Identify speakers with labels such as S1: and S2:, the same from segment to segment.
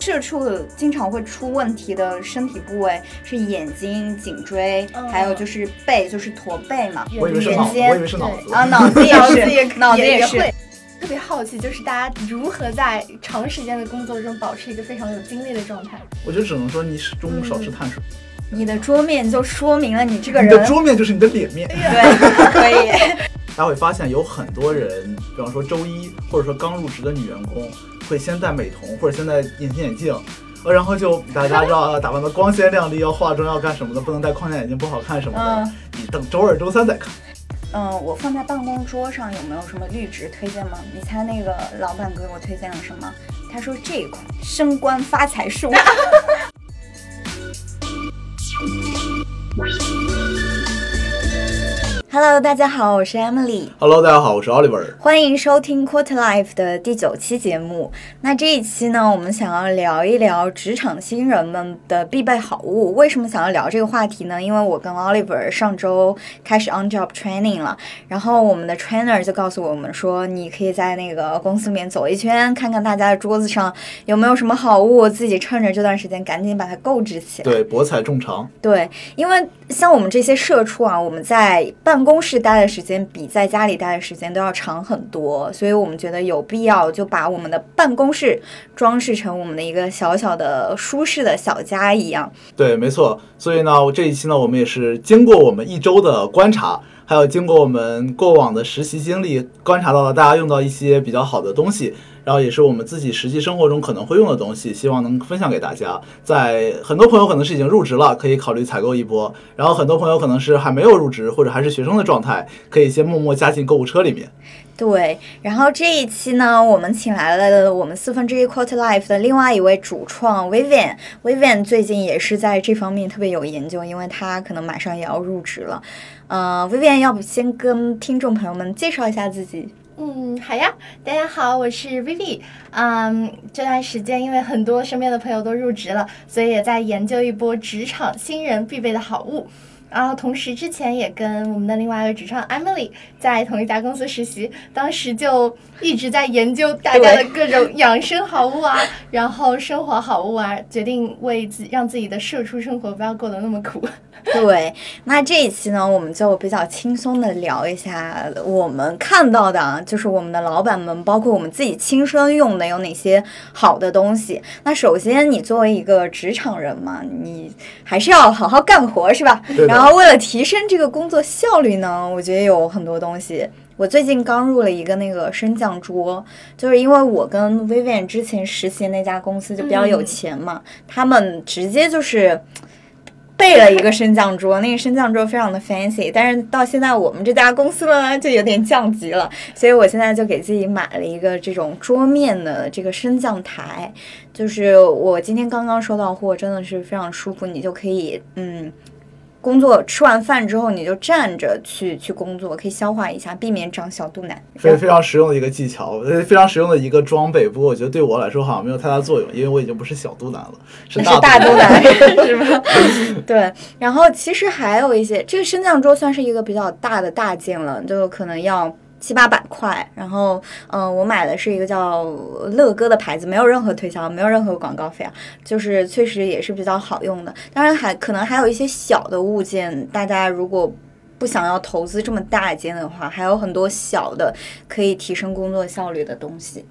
S1: 社畜经常会出问题的身体部位是眼睛、颈椎，
S2: 嗯
S1: 还有就是背，就是驼背嘛。
S2: 圆
S3: 我以为是
S1: 圆
S3: 脑，
S1: 肩
S3: 我以为是嗯脑子。
S1: 啊，脑 子也
S2: 脑子嗯也
S1: 是，脑子
S2: 也
S1: 是
S2: 会。特别好奇，就是大家如何在长时间的工作中保持一个非常有精力的状态？
S3: 我就只能说你是中午少吃碳水，
S1: 你的桌面就说明了嗯你这个
S3: 你
S1: 人
S3: 的桌面就是你的脸面。
S1: 对，可以。
S3: 大家会发现有很多人，比方说周一，或者说刚入职的女员工，会先戴美瞳或者先戴隐形眼镜，呃，然后就大家 知道打扮的光鲜亮丽，要化妆要干什么的，不能戴框架眼镜不好看什么的
S1: 嗯。
S3: 你等周二周三再看。
S1: 嗯，我放在办公桌上有没有什么绿植推荐吗？你猜那个老板给我推荐了什么？他说这一款升官发财树。Hello，大家好，我是 Emily，
S3: Hello，大家好，我是 Oliver。
S1: 欢迎收听 Quarter Life 的第九期节目。那这一期呢，我们想要聊一聊职场新人们的必备好物。为什么想要聊这个话题呢？因为我跟 Oliver 上周开始 on job training 了，然后我们的 trainer 就告诉我们说，你可以在那个公司里面走一圈，看看大家的桌子上有没有什么好物，自己趁着这段时间赶紧把它购置起来。
S3: 对，博采众长。
S1: 对，因为像我们这些社畜啊，我们在办公室待的时间比在家里待的时间都要长很多，所以我们觉得有必要就把我们的办公室装饰成我们的一个小小的舒适的小家一样。
S3: 对，没错。所以呢，我这一期呢，我们也是经过我们一周的观察，还有经过我们过往的实习经历，观察到了大家用到一些比较好的东西，然后也是我们自己实际生活中可能会用的东西，希望能分享给大家。在很多朋友可能是已经入职了，可以考虑采购一波；然后很多朋友可能是还没有入职或者还是学生的状态，可以先默默加进购物车里面。
S1: 对，然后这一期呢，我们请来了我们四分之一 Quarter Life 的另外一位主创 Vivian。Vivian 最近也是在这方面特别有研究，因为她可能马上也要入职了。呃，Vivian 要不先跟听众朋友们介绍一下自己？
S2: 嗯，好呀，大家好，我是 Vivi。嗯，这段时间因为很多身边的朋友都入职了，所以也在研究一波职场新人必备的好物。然后同时之前也跟我们的另外一位主创 Emily 在同一家公司实习，当时就一直在研究大家的各种养生好物啊，然后生活好物啊，决定为自让自己的社畜生活不要过得那么苦。
S1: 对，那这一期呢，我们就比较轻松的聊一下我们看到的啊，就是我们的老板们，包括我们自己亲身用的有哪些好的东西。那首先，你作为一个职场人嘛，你还是要好好干活，是吧？
S3: 对的
S1: 然后为了提升这个工作效率呢，我觉得有很多东西。我最近刚入了一个那个升降桌，就是因为我跟 Vivian 之前实习那家公司就比较有
S2: 嗯
S1: 钱嘛，他们直接就是备了一个升降桌，那个升降桌非常的 fancy，但是到现在我们这家公司呢就有点降级了，所以我现在就给自己买了一个这种桌面的这个升降台，就是我今天刚刚收到货，真的是非常舒服，你就可以嗯。工作吃完饭之后，你就站着去去工作，可以消化一下，避免长小肚腩。
S3: 非非常实用的一个技巧，呃非常实用的一个装备。不过我觉得对我来说好像没有太大作用，因为我已经不是小肚腩了，是
S1: 是
S3: 大
S1: 大
S3: 肚
S1: 肚
S3: 腩。
S1: 腩 是吗？对，然后其实还有一些，这个升降桌算是一个比较大的大件了，就可能要。七八百块，然后，嗯、我买的是一个叫乐哥的牌子，没有任何推销，没有任何广告费啊，就是确实也是比较好用的。当然还可能还有一些小的物件，大家如果不想要投资这么大一件的话，还有很多小的可以提升工作效率的东西。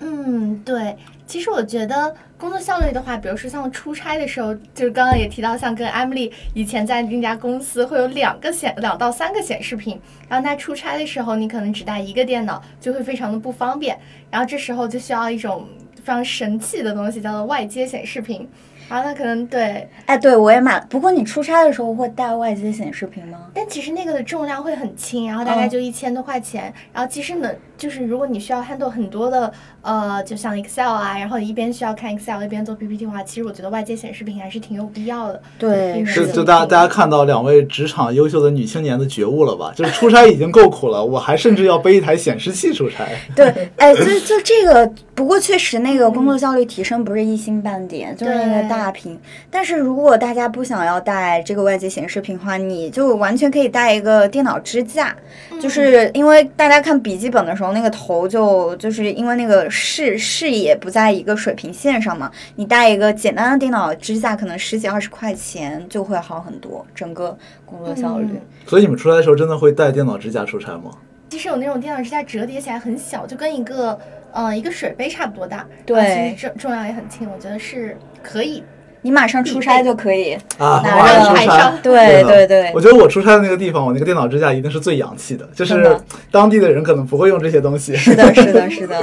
S2: 嗯，对，其实我觉得工作效率的话，比如说像出差的时候，就是刚刚也提到，像跟 Emily 以前在另一家公司会有两个显两到三个显示屏，然后在出差的时候，你可能只带一个电脑，就会非常的不方便，然后这时候就需要一种非常神器的东西，叫做外接显示屏。然后它可能对，
S1: 哎，对我也买了，不过你出差的时候会带外接显示屏吗？
S2: 但其实那个的重量会很轻，然后大概
S1: 嗯
S2: 就一千多块钱。然后其实呢，就是如果你需要 handle 很多的，呃，就像 Excel 啊，然后一边需要看 Excel 一边做 PPT 的话，其实我觉得外界显示屏还是挺有必要的。
S1: 对，
S2: 是
S3: 是，
S2: 的
S3: 就大家大家看到两位职场优秀的女青年的觉悟了吧？就是 出差已经够苦了，我还甚至要背一台显示器出差。
S1: 对，哎，就就这个不过确实那个工作效率提升不是一星半点，就是那
S2: 对
S1: 个大屏。但是如果大家不想要带这个外接显示屏的话，你就完全可以带一个电脑支架，
S2: 嗯
S1: 就是因为大家看笔记本的时候，那个头就就是因为那个视视野不在一个水平线上嘛，你带一个简单的电脑支架，可能十几二十块钱就会好很多，整个工作效率。
S2: 嗯
S3: 所以你们出差的时候真的会带电脑支架出差吗？
S2: 其实有那种电脑支架折叠起来很小，就跟一个呃一个水杯差不多大。
S1: 对
S2: 然后其实重重量也很轻，我觉得是可以。
S1: 你马上
S2: 嗯
S1: 出
S2: 哎
S1: 差就可以，
S3: 啊，
S1: 拿
S3: 马
S1: 着
S3: 上出
S2: 拍
S3: 差
S2: 照。
S1: 对对对
S3: 我，觉得我出差的那个地方，我那个电脑支架一定是最洋气的，就
S1: 真
S3: 是
S1: 的
S3: 当地的人可能不会用这些东西。
S1: 是的，是的，是的。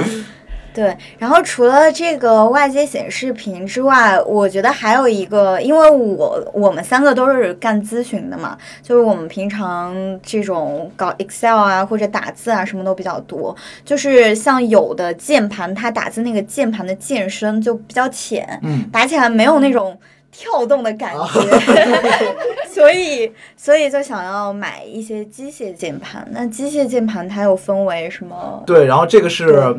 S1: 对，然后除了这个外接显示屏之外，我觉得还有一个，因为我我们三个都是干咨询的嘛，就是我们平常这种搞 Excel 啊或者打字啊什么都比较多，就是像有的键盘它打字那个键盘的键身就比较浅，
S3: 嗯，
S1: 打起来没有那种跳动的感觉， 所以所以就想要买一些机械键盘。那机械键盘它又分为什么？
S3: 对，然后这个是
S1: 对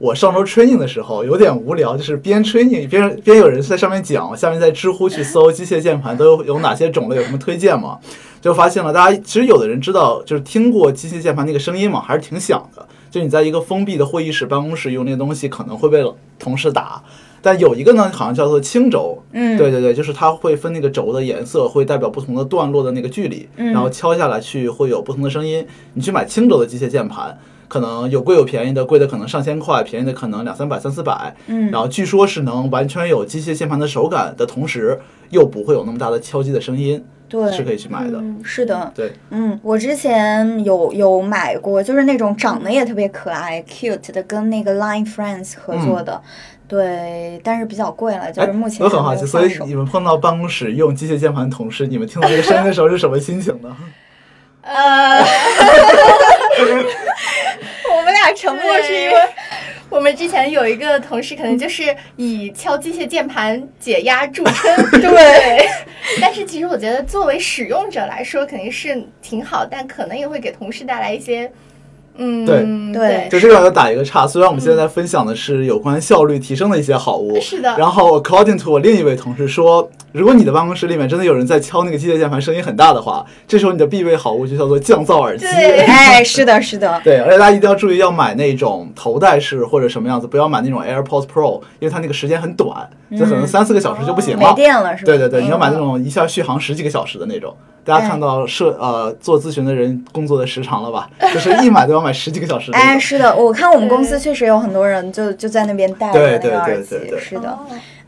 S3: 我上周 training 的时候有点无聊，就是边 training 边边有人在上面讲，我下面在知乎去搜机械键盘都有有哪些种类，有什么推荐吗？就发现了，大家其实有的人知道，就是听过机械键盘那个声音嘛，还是挺响的。就你在一个封闭的会议室、办公室用那个东西，可能会被同事打。但有一个呢，好像叫做轻轴，
S1: 嗯
S3: 对对对，就是它会分那个轴的颜色，会代表不同的段落的那个距离，
S1: 嗯
S3: 然后敲下来去会有不同的声音。你去买轻轴的机械键盘，可能有贵有便宜的，贵的可能上千块，便宜的可能两三百、三四百。
S1: 嗯
S3: 然后据说是能完全有机械键盘的手感的同时，又不会有那么大的敲击的声音，
S1: 对，
S3: 是可以去买的。
S2: 嗯
S1: 是的，
S3: 对，
S1: 嗯，我之前有有买过，就是那种长得也特别可爱、cute 的，跟那个 Line Friends 合作的，对，但是比较贵了，就是目前
S3: 嗯哎我很
S1: 还
S3: 好
S1: 没
S3: 奇，
S1: 有
S3: 所以
S1: 下手
S3: 你们碰到办公室用机械键盘的同事，你们听到这个声音的时候是什么心情 呢？
S2: 呃，
S1: 我们俩沉默是因为
S2: 我们之前有一个同事，可能就是以敲机械键盘解压 著称。对，但是其实我觉得，作为使用者来说，肯定是挺好，但可能也会给同事带来一些，嗯，
S1: 对
S3: 就这个要打一个岔。虽然我们现在在分享的是有关效率提升的一些好物，
S2: 是的
S3: 然后 according to 我另一位同事说，如果你的办公室里面真的有人在敲那个机械键盘，声音很大的话，这时候你的必备好物就叫做降噪耳机。
S2: 对
S1: 哎，是的，是的，
S3: 对，而且大家一定要注意，要买那种头戴式或者什么样子，不要买那种 AirPods Pro，因为它那个时间很短，就
S1: 嗯
S3: 可能三四个小时就不行了。
S1: 没电了是吧？
S3: 对对对，你要买那
S1: 嗯
S3: 种一下续航十几个小时的那种。大家看到设呃做咨询的人工作的时长了吧？就是一买都要买十几个小时的那
S1: 哎，
S3: 种。
S1: 是的，我看我们公司
S2: 对
S1: 确实有很多人就就在那边戴
S3: 对
S1: 着那
S3: 对
S1: 个耳
S3: 对
S1: 机
S3: 对，对
S1: 是的
S2: 哦，，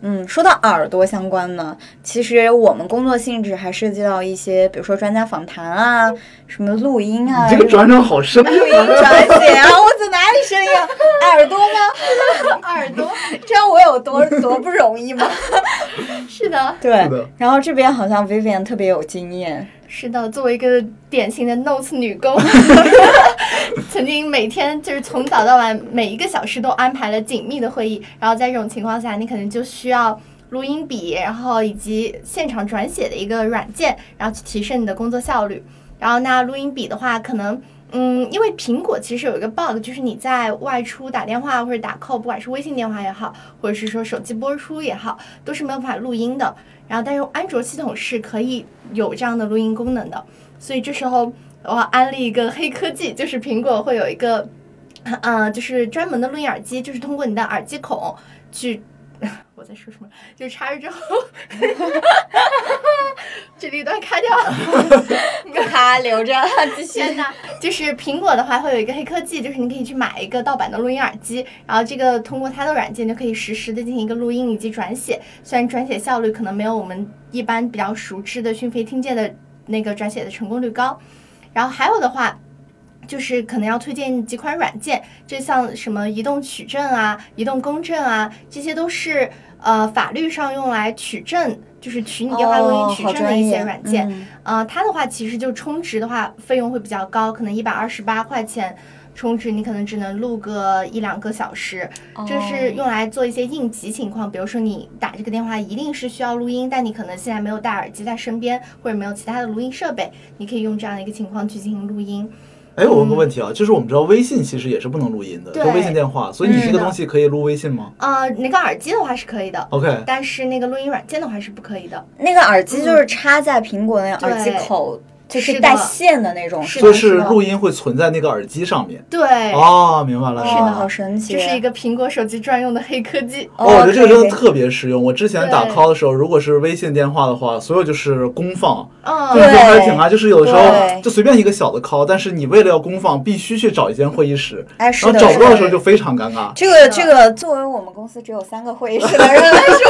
S1: 嗯，说到耳朵相关呢，其实我们工作性质还涉及到一些，比如说专家访谈啊，什么录音啊，
S3: 你这个
S1: 这种
S3: 转场好深啊！
S1: 录音转写啊，我从哪里声音啊？耳朵吗？
S2: 耳朵
S1: 这样我有多多不容易吗？
S2: 是的，
S1: 对
S3: 是的，
S1: 然后这边好像 Vivian 特别有经验，
S2: 是的，作为一个典型的 notes 女工，曾经每天就是从早到晚，每一个小时都安排了紧密的会议。然后在这种情况下，你可能就需要录音笔，然后以及现场转写的一个软件，然后去提升你的工作效率。然后那录音笔的话，可能。嗯，因为苹果其实有一个 bug，就是你在外出打电话或者打 call，不管是微信电话也好，或者是说手机播出也好，都是没有办法录音的。然后但是安卓系统是可以有这样的录音功能的，所以这时候我要安利一个黑科技，就是苹果会有一个，呃，就是专门的录音耳机，就是通过你的耳机孔去。 我在说什么？就是插入之后， 这里一段卡掉。
S1: 他留着继续
S2: 天呐，就是苹果的话会有一个黑科技，就是你可以去买一个盗版的录音耳机，然后这个通过它的软件就可以实时的进行一个录音以及转写。虽然转写效率可能没有我们一般比较熟知的讯飞听见的那个转写的成功率高，然后还有的话。就是可能要推荐几款软件，就像什么移动取证啊、移动公证啊，这些都是呃法律上用来取证，就是取你电
S1: 哦
S2: 话录音取证的一些软件。
S1: 嗯
S2: 呃，它的话其实就充值的话，费用会比较高，可能一百二十八块钱充值，你可能只能录个一两个小时。这是用来做一些应急情况，比如说你打这个电话一定是需要录音，但你可能现在没有戴耳机在身边，或者没有其他的录音设备，你可以用这样的一个情况去进行录音。
S3: 哎，我问个问题啊，就是我们知道微信其实也是不能录音的，
S2: 对
S3: 就微信电话，所以你
S1: 嗯
S3: 这个东西可以录微信吗
S2: 呃，那个耳机的话是可以的，
S3: ？OK，
S2: 但是那个录音软件的话是不可以的。
S1: 那个耳机就是插在苹果那个耳机
S2: 嗯对
S1: 口，就是是
S2: 的
S1: 带线的那种，
S2: 是
S1: 吧
S3: 所以
S2: 的
S3: 是
S2: 的
S3: 录音会存在那个耳机上面。
S2: 对，
S3: 哦，明白了，明
S1: 哦，
S3: 白
S1: 好
S3: 了。
S1: 神奇，
S2: 这是一个苹果手机专用的黑科技。
S3: 哦，我觉得这个真
S1: 可以
S3: 的特别实用。我之前打
S2: 对
S3: call 的时候，如果是微信电话的话，所有就是公放，
S2: 嗯，
S3: 这个还是挺啊，就是有的时候
S1: 对
S3: 就随便一个小的 call，但是你为了要公放，必须去找一间会议室，
S1: 哎，
S3: 然
S1: 是
S3: 后
S1: 的，
S3: 找
S1: 是
S3: 不到的
S1: 的
S3: 时候就非常尴尬。
S1: 这个
S2: 的
S1: 这个，作为我们公司只有三个会议室的人来说，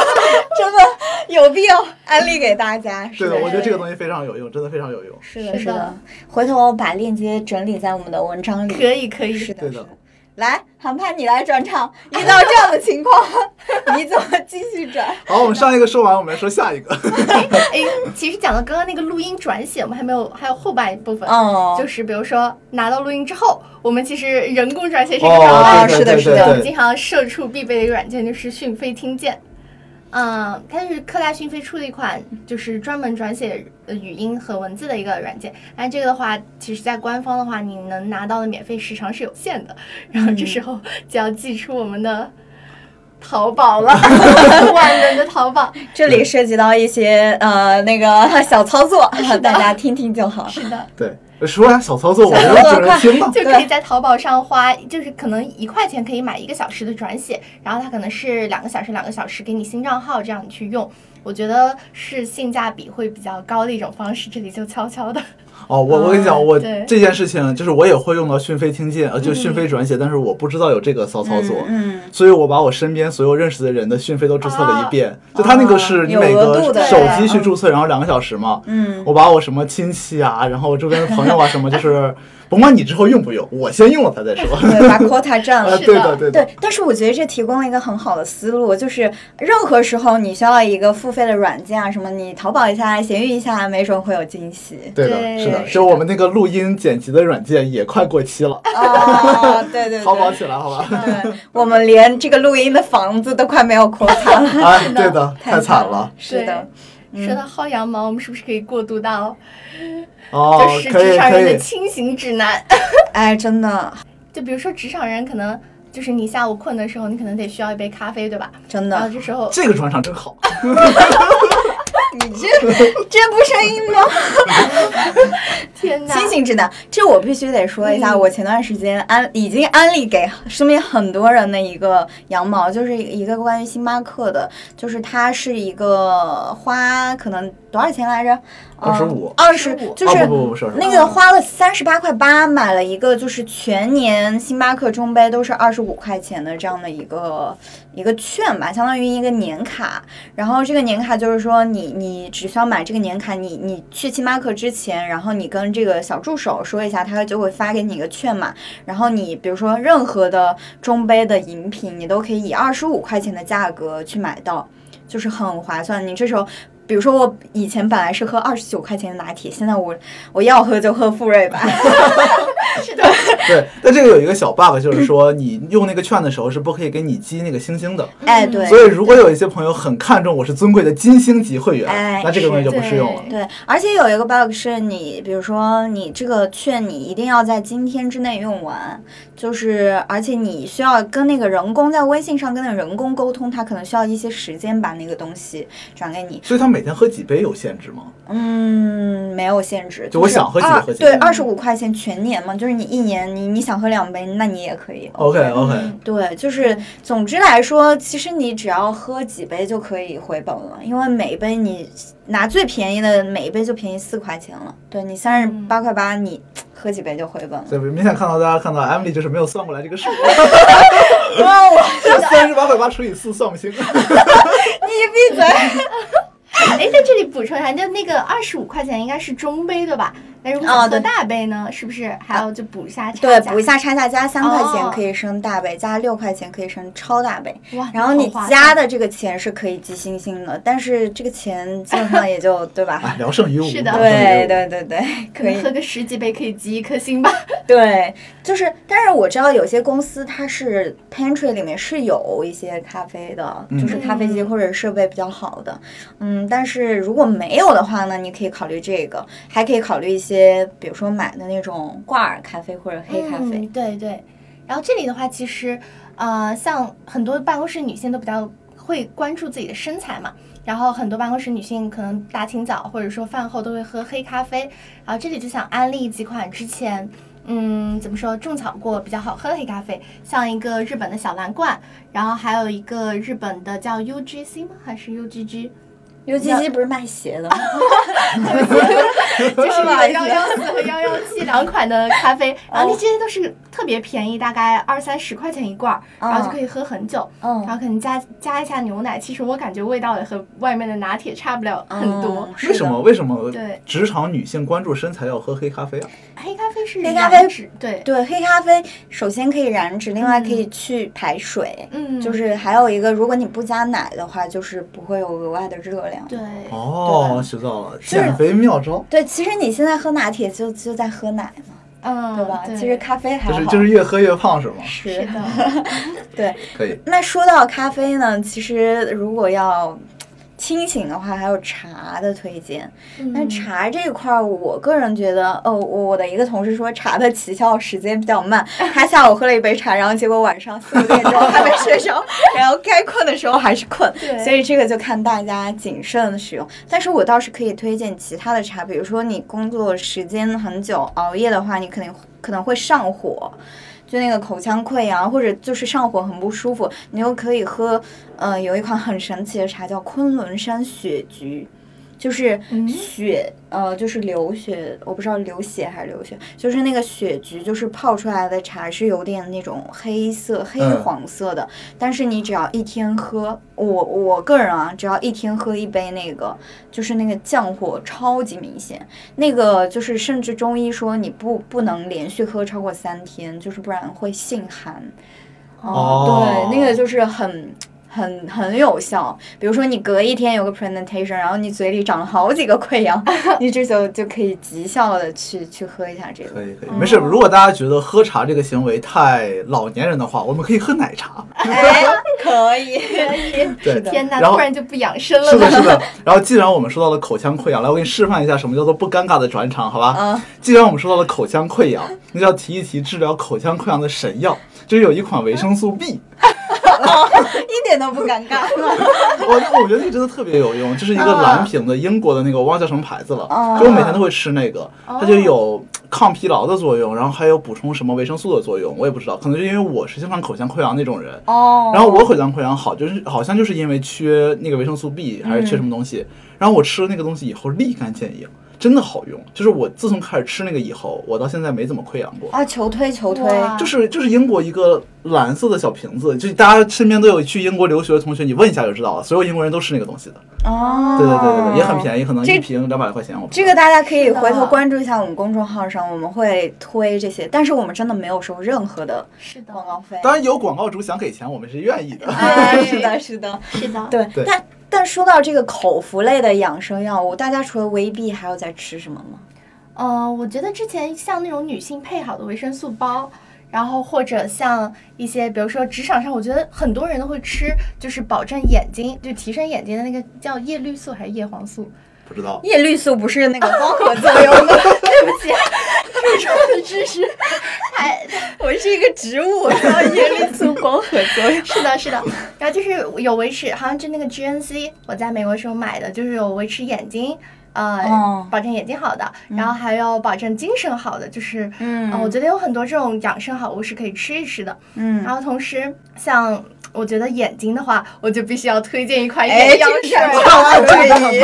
S1: 真的有必要安利给大家。是
S3: 对
S1: 的
S3: 的，我觉得这个
S2: 对
S3: 东西非常有用，真的非常有用。
S1: 是的，
S2: 是
S1: 是
S2: 的
S1: 的。回头把链接整理在我们的文章里。
S2: 可以可以。
S1: 是的，
S3: 对
S1: 是
S3: 的
S1: 的。来，韩盼，你来转 场。遇到这样的情况， 你怎么继续 转？
S3: 好，我们上一个说完，我们来说下一个。
S2: 哎，其实讲到刚刚那个录音转写，我们还没有，还有后半部分，
S1: 哦
S2: 就，是比如说拿到录音之后，我们其实人工转写是一个
S3: 哦
S2: 非常
S1: 啊
S3: 对
S1: 是的
S3: 对
S1: 是
S3: 对
S1: 的
S2: 我
S3: 对
S2: 们经常社畜必备的一个软件就是讯飞听见。嗯，它是科大讯飞出的一款，就是专门转写呃语音和文字的一个软件。但这个的话，其实在官方的话，你能拿到的免费时长是有限的。然
S3: 嗯
S2: 后这时候就要祭出我们的淘宝 了，万能的淘宝。
S1: 这里涉及到一些呃那个 小操作，大家听听就好。
S2: 是的，
S3: 对，说呀，小操作，我
S1: 小
S3: 们
S1: 操作
S3: 有人
S1: 快
S3: 听了。
S2: 就可以在淘宝上花，就是可能一块钱可以买一个小时的转写，然后它可能是两个小时、两个小时给你新账号，这样你去用。我觉得是性价比会比较高的一种方式，这里就悄悄的。
S3: 哦，我我跟你讲，我
S2: 对
S3: 这件事情就是我也会用到讯飞听见，呃，就讯飞转写，但是我不知道有这个骚操作。
S1: 嗯，
S3: 所以我把我身边所有认识的人的讯飞都注册了一遍，就他那个是
S1: 啊
S3: 你
S1: 有
S3: 每
S1: 额
S3: 个
S1: 度的
S3: 手机去注册，然后两个小时嘛。
S1: 嗯，
S3: 我把我什么亲戚啊，然后周边的朋友啊什么，就是甭管你之后用不用，我先用了它再说。
S1: 对，把 quota 占
S3: 啊，
S1: 了。
S2: 是的
S3: 对的，对的
S1: 对，，但是我觉得这提供了一个很好的思路，就是任何时候你需要一个付费的软件啊，什么你淘宝一下、闲鱼一下，没准会有惊喜。
S3: 对的，
S2: 对
S3: 是
S2: 是
S3: 的，
S2: 的
S3: 就我们那个录音剪辑的软件也快过期了，
S1: 哦，对对对，
S3: 淘宝起来好吧？
S1: 对， 我们连这个录音的房子都快没有 quota 了，
S3: 哎，对的，太惨了
S1: 了。 是的，嗯
S2: 说到薅羊毛，我们是不是可以过渡到
S3: 哦
S2: 就是，
S3: 可以
S2: 职场
S3: 可
S2: 人的
S3: 以，
S2: 清醒指南？
S1: 哎，真的，
S2: 就比如说职场人可能。就是你下午困的时候，你可能得需要一杯咖啡，对吧？
S1: 真
S2: 然后
S1: 的，
S2: 这时候
S3: 这个转场真好。
S1: 你 这这不声音吗？
S2: 天哪，
S1: 清醒指南，这我必须得说一下，
S2: 嗯
S1: 我前段时间安已经安利给身边很多人的一个羊毛，就是一个关于星巴克的，就是它是一个花可能多少钱来着？嗯
S3: 25
S1: 二十
S2: 25
S1: 就是。
S3: 哦不不不不是，
S1: 那个花了三十八块八买了一个，就是全年星巴克中杯都是二十五块钱的这样的一个一个券吧，相当于一个年卡。然后这个年卡就是说你你只需要买这个年卡，你你去星巴克之前，然后你跟这个小助手说一下，他就会发给你一个券嘛。然后你比如说任何的中杯的饮品，你都可以以二十五块钱的价格去买到，就是很划算。你这时候。比如说，我以前本来是喝二十九块钱的拿铁，现在我我要喝就喝馥芮 吧。
S2: 是的，
S3: 对，但这个有一个小 bug，就是说你用那个券的时候是不可以给你积那个星星的。
S1: 哎，对，
S3: 所以如果有一些朋友很看重我是尊贵的金星级会员，
S1: 哎
S3: 那这个东西就不适用了。
S1: 对，而且有一个 bug 是你，比如说你这个券你一定要在今天之内用完，就是而且你需要跟那个人工在微信上跟那个人工沟通，他可能需要一些时间把那个东西转给你。
S3: 所以他每天喝几杯有限制吗？
S1: 嗯，没有限制，
S3: 就我
S1: 是
S3: 想喝几个
S1: 二
S3: 喝几
S1: 对，
S3: 个
S1: 二十五块钱全年嘛，就是你一年你你想喝两杯，那你也可以。
S3: OK OK，、
S2: 嗯
S1: 对，就是总之来说，其实你只要喝几杯就可以回本了，因为每一杯你拿最便宜的每一杯就便宜四块钱了。对你三十八块八，你喝几杯就回本了。
S3: 所以明显看到大家看到 Emily 就是没有算过来这个数，
S1: 哇，我
S3: 三十八块八除以四算不清。
S1: 你闭嘴！
S2: 哎，在这里补充一下，就那个二十五块钱应该是中杯对吧？那如果
S1: 哦
S2: 想喝
S1: 对
S2: 大杯呢，是不是还要就补一下差
S1: 对，
S2: 价
S1: 补一下差价，加三块钱
S2: 哦
S1: 可以升大杯，加六块钱可以升超大杯。
S2: 哇，
S1: 然后你
S2: 好划
S1: 加
S2: 算
S1: 的这个钱是可以记星星的，但是这个钱基本上也就对吧？
S3: 哎，聊胜于无。
S2: 是的
S3: 聊胜于
S1: 啊对
S3: 无。
S1: 对对对，
S2: 可
S1: 可以
S2: 能喝个十几杯可以集一颗星吧。
S1: 对，就是，但是我知道有些公司它是 pantry 里面是有一些咖啡的，就是咖啡机
S2: 嗯
S1: 或者设备比较好的，嗯，但是如果没有的话呢，你可以考虑这个，还可以考虑一些，比如说买的那种挂耳咖啡或者黑咖啡。
S2: 嗯对对。然后这里的话，其实呃，像很多办公室女性都比较会关注自己的身材嘛。然后很多办公室女性可能大清早或者说饭后都会喝黑咖啡。然后这里就想安利几款之前。嗯，怎么说种草过比较好喝的黑咖啡，像一个日本的小蓝罐，然后还有一个日本的叫 UGC 吗？还是 UGG？
S1: U G G 不是卖鞋的 吗？
S2: 就是有幺幺四和幺幺七两款的咖啡，然后那这些都是特别便宜，大概二三十块钱一罐儿，然后就可以喝很久，然
S1: 嗯，
S2: 后可能加加一下牛奶。其实我感觉味道也和外面的拿铁差不了很多。
S1: 嗯
S3: 为什么？？为什么
S2: 对
S3: 职场女性关注身材要喝黑咖啡啊？
S2: 黑咖啡是
S1: 黑咖啡
S2: 燃脂对，
S1: 对，黑咖啡首先可以燃脂，另外可以去排水。
S2: 嗯，
S1: 就是还有一个，如果你不加奶的话，就是不会有额外的热量。
S2: 对，
S3: 哦，学到了，减肥妙招，
S1: 对，其实你现在喝拿铁就就在喝奶嘛，
S2: 嗯，
S1: 对吧？其实咖啡还
S3: 就
S1: 好。
S3: 是就是越喝越胖是吗？
S2: 是的，
S1: 对，
S3: 可以，
S1: 那说到咖啡呢，其实如果要清醒的话，还有茶的推荐。 但
S2: 嗯
S1: 茶这一块儿，我个人觉得，哦，我我的一个同事说茶的起效时间比较 慢，他下午喝了一杯茶，然后结果晚上四五点钟还没睡 着，然后该困的时候还是困
S2: 对，
S1: 所以这个就看大家谨慎使用。但是我倒是可以推荐其他的茶，比如说你工作时间很久熬夜的话，你肯定可能会上火。就那个口腔溃疡，或者就是上火很不舒服，你就可以喝，呃，有一款很神奇的茶叫昆仑山雪菊，就是
S2: 嗯
S1: 血，呃，就是流血，我不知道流血还是流血，就是那个血菊，就是泡出来的茶是有点那种黑色、黑
S3: 嗯
S1: 黄色的，但是你只要一天喝，我我个人啊，只要一天喝一杯那个，就是那个降火超级明显，那个就是甚至中医说你不不能连续喝超过三天，就是不然会性寒。啊
S3: 哦
S1: 对，那个就是很。很很有效，比如说你隔一天有个 presentation，然后你嘴里长了好几个溃疡，你这时候就可以极效的去去喝一下这
S3: 可
S1: 个。
S3: 以可以，没事。
S2: 哦
S3: 如果大家觉得喝茶这个行为太老年人的话，我们可以喝奶茶。
S1: 哎，可以，
S2: 可以。
S1: 的
S3: 对，
S2: 天呐，
S3: 然后
S2: 突然就不养生了
S3: 是
S2: 呢。
S3: 的，是的。然后既然我们说到了口腔溃疡，来，我给你示范一下什么叫做不尴尬的转场，好吧？
S1: 嗯
S3: 既然我们说到了口腔溃疡， 那就要提一提治疗口腔溃疡的神药，就是有一款维生素 B。
S1: 一点都不尴尬。
S3: 我我觉得那真的特别有用，就是一个蓝瓶的英国的那个，我忘记叫什么牌子了，就我每天都会吃那个，它就有抗疲劳的作用，然后还有补充什么维生素的作用，我也不知道，可能就因为我是经常口腔溃疡那种人，
S1: 哦，
S3: 然后我口腔溃疡好就是好像就是因为缺那个维生素 B 还是缺什么东西，然后我吃了那个东西以后立竿见影，真的好用，就是我自从开始吃那个以后，我到现在没怎么溃疡过。
S1: 啊，求推求推，
S2: 哇
S3: 就是就是英国一个蓝色的小瓶子，就是大家身边都有去英国留学的同学，你问一下就知道了。所有英国人都吃那个东西的。
S1: 哦，
S3: 对对对对对，也很便宜，可能
S1: 这
S3: 一瓶两百块钱。我不知
S1: 这
S3: 道
S1: 个大家可以
S2: 是的
S1: 回头关注一下我们公众号上，我们会推这些，但是我们真的没有收任何的
S2: 是的，
S1: 广告费。
S3: 当然有广告主想给钱，我们是愿意的。
S1: 哎，是的，是的，
S2: 是的，
S1: 对。
S3: 对
S1: 但但说到这个口服类的养生药物，大家除了维 B 还有在吃什么吗？
S2: 呃，我觉得之前像那种女性配好的维生素包，然后或者像一些，比如说职场上，我觉得很多人都会吃，就是保证眼睛，就提升眼睛的那个叫叶绿素还是叶黄素？
S3: 不知道
S1: 叶绿素不是那个光合作用吗？对不起，
S2: 这种的知识，还
S1: 我是一个植物，然后叶绿素光合作用。
S2: 是的，是的。然后就是有维持，好像就那个 GNC，我在美国时候买的，就是有维持眼睛。呃
S1: 哦
S2: 保证眼睛好的，然后还有保证精神好的，就是，
S1: 嗯
S2: 呃我觉得有很多这种养生好物是可以吃一吃的。
S1: 嗯
S2: 然，后同时，像我觉得眼睛的话，我就必须要推荐一款
S1: 哎，
S2: 眼药
S1: 这
S2: 水，
S1: 个啊好可以。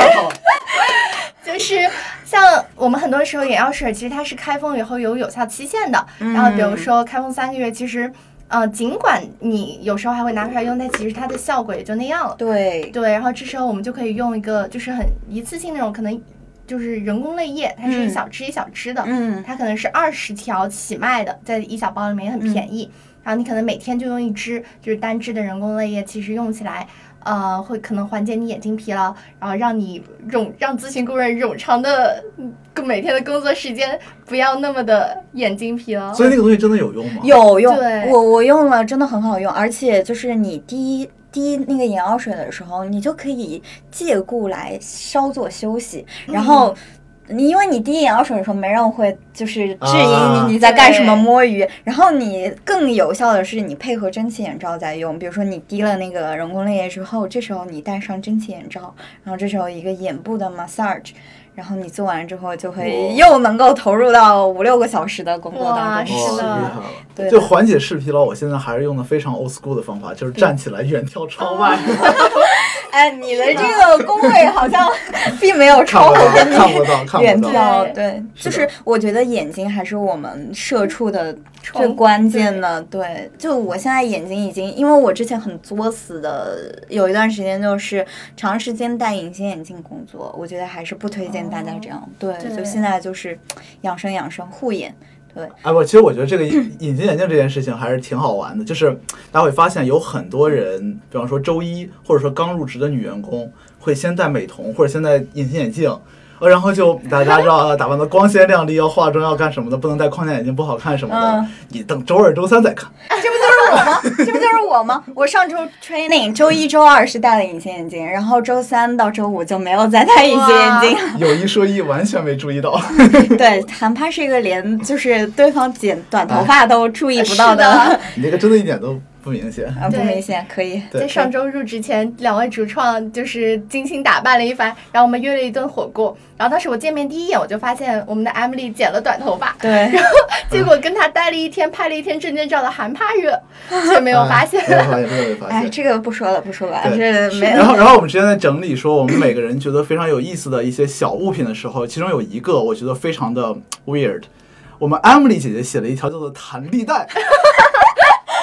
S2: 就是像我们很多时候眼药水，其实它是开封以后有有效期限的，
S1: 嗯
S2: 然后比如说开封三个月，其实呃，尽管你有时候还会拿出来用，但其实它的效果也就那样了。
S1: 对，
S2: 对，然后这时候我们就可以用一个就是很一次性那种，可能就是人工泪液，它是一
S1: 嗯
S2: 小支一小支的，
S1: 嗯
S2: 它可能是二十条起卖的，在一小包里面也很便宜。然后你可能每天就用一支，就是单支的人工泪液，其实用起来，呃，会可能缓解你眼睛疲劳，然后让你冗让咨询顾问冗长的嗯每天的工作时间不要那么的眼睛疲劳。
S3: 所以那个东西真的有用吗？
S1: 有用
S2: 对，
S1: 我我用了，真的很好用，而且就是你滴滴那个眼
S2: 嗯
S1: 药水的时候，你就可以借故来稍作休息，然后。你因为你第一眼要手的时候，没人会就是质疑
S3: 啊
S1: 你你在干什么
S2: 对
S1: 摸鱼。然后你更有效的是，你配合蒸汽眼罩在用。比如说你滴了那个人工泪液之后，这时候你戴上蒸汽眼罩，然后这时候一个眼部的 massage，然后你做完之后就会
S3: 哇
S1: 又能够投入到五六个小时的工作
S2: 哇
S1: 当
S2: 是
S1: 中。
S3: 哇，
S2: 的
S3: 哦厉害了！
S1: 对
S3: 就
S1: 的
S3: 缓解视疲劳，我现在还是用的非常 old school 的方法，就是站起来远眺窗外，
S1: 哦哎，你的这个工位好 像并没有
S3: 看
S1: 超
S3: 不
S1: 过
S3: 到，
S1: 跟
S3: 看不到，看
S1: 远
S3: 不
S2: 跳
S1: 眺
S3: 到。
S2: 对，
S1: 对，就是是我觉得眼睛还是我们社畜的最
S2: 宠
S1: 关键的。对，就我现在眼睛已经，因为我之前很作死的，有一段时间就是长时间戴隐形眼镜工作，我觉得还是不推荐大家这样。哦对，
S2: 对
S1: 就现在就是养生养生护眼。对，
S3: 哎，我其实我觉得这个 隐形眼镜这件事情还是挺好玩的，就是大家会发现有很多人，比方说周一或者说刚入职的女员工，会先戴美瞳或者先戴隐形眼镜，呃，然后就大家知道啊，打扮的光鲜亮丽，要化妆要干什么的，不能戴框架眼镜不好看什么的
S1: 嗯，
S3: 你等周二周三再看。
S1: 这不就是我吗？这不就是我吗？我上周 training 周一周二是戴了隐形眼镜，然后周三到周五就没有再戴隐形眼镜了。
S3: 有一说一，完全没注 意到。
S1: 对，韩趴是一个连就是对方剪短头发都注意不到的，
S2: 是的
S3: 你这个真啊的一点都不明显。
S1: 啊，不
S2: 对
S1: 明显，可以。
S3: 对
S2: 在上周入职前，两位主创就是精心打扮了一番，然后我们约了一顿火锅。然后当时我见面第一眼，我就发现我们的 Emily 剪了短头发，
S1: 对，
S2: 结果跟她待了一天，拍了一天证件照的韩帕约，却没有发现。
S3: 哎没有发现，没有发
S1: 哎，
S3: 现。
S1: 这个不说了，不说了，
S3: 对
S1: 这没
S3: 然后，然后我们之前在整理说我们每个人觉得非常有意思的一些小物品的时候，其中有一个我觉得非常的 weird。我们 Emily 姐姐写了一条叫做弹力带，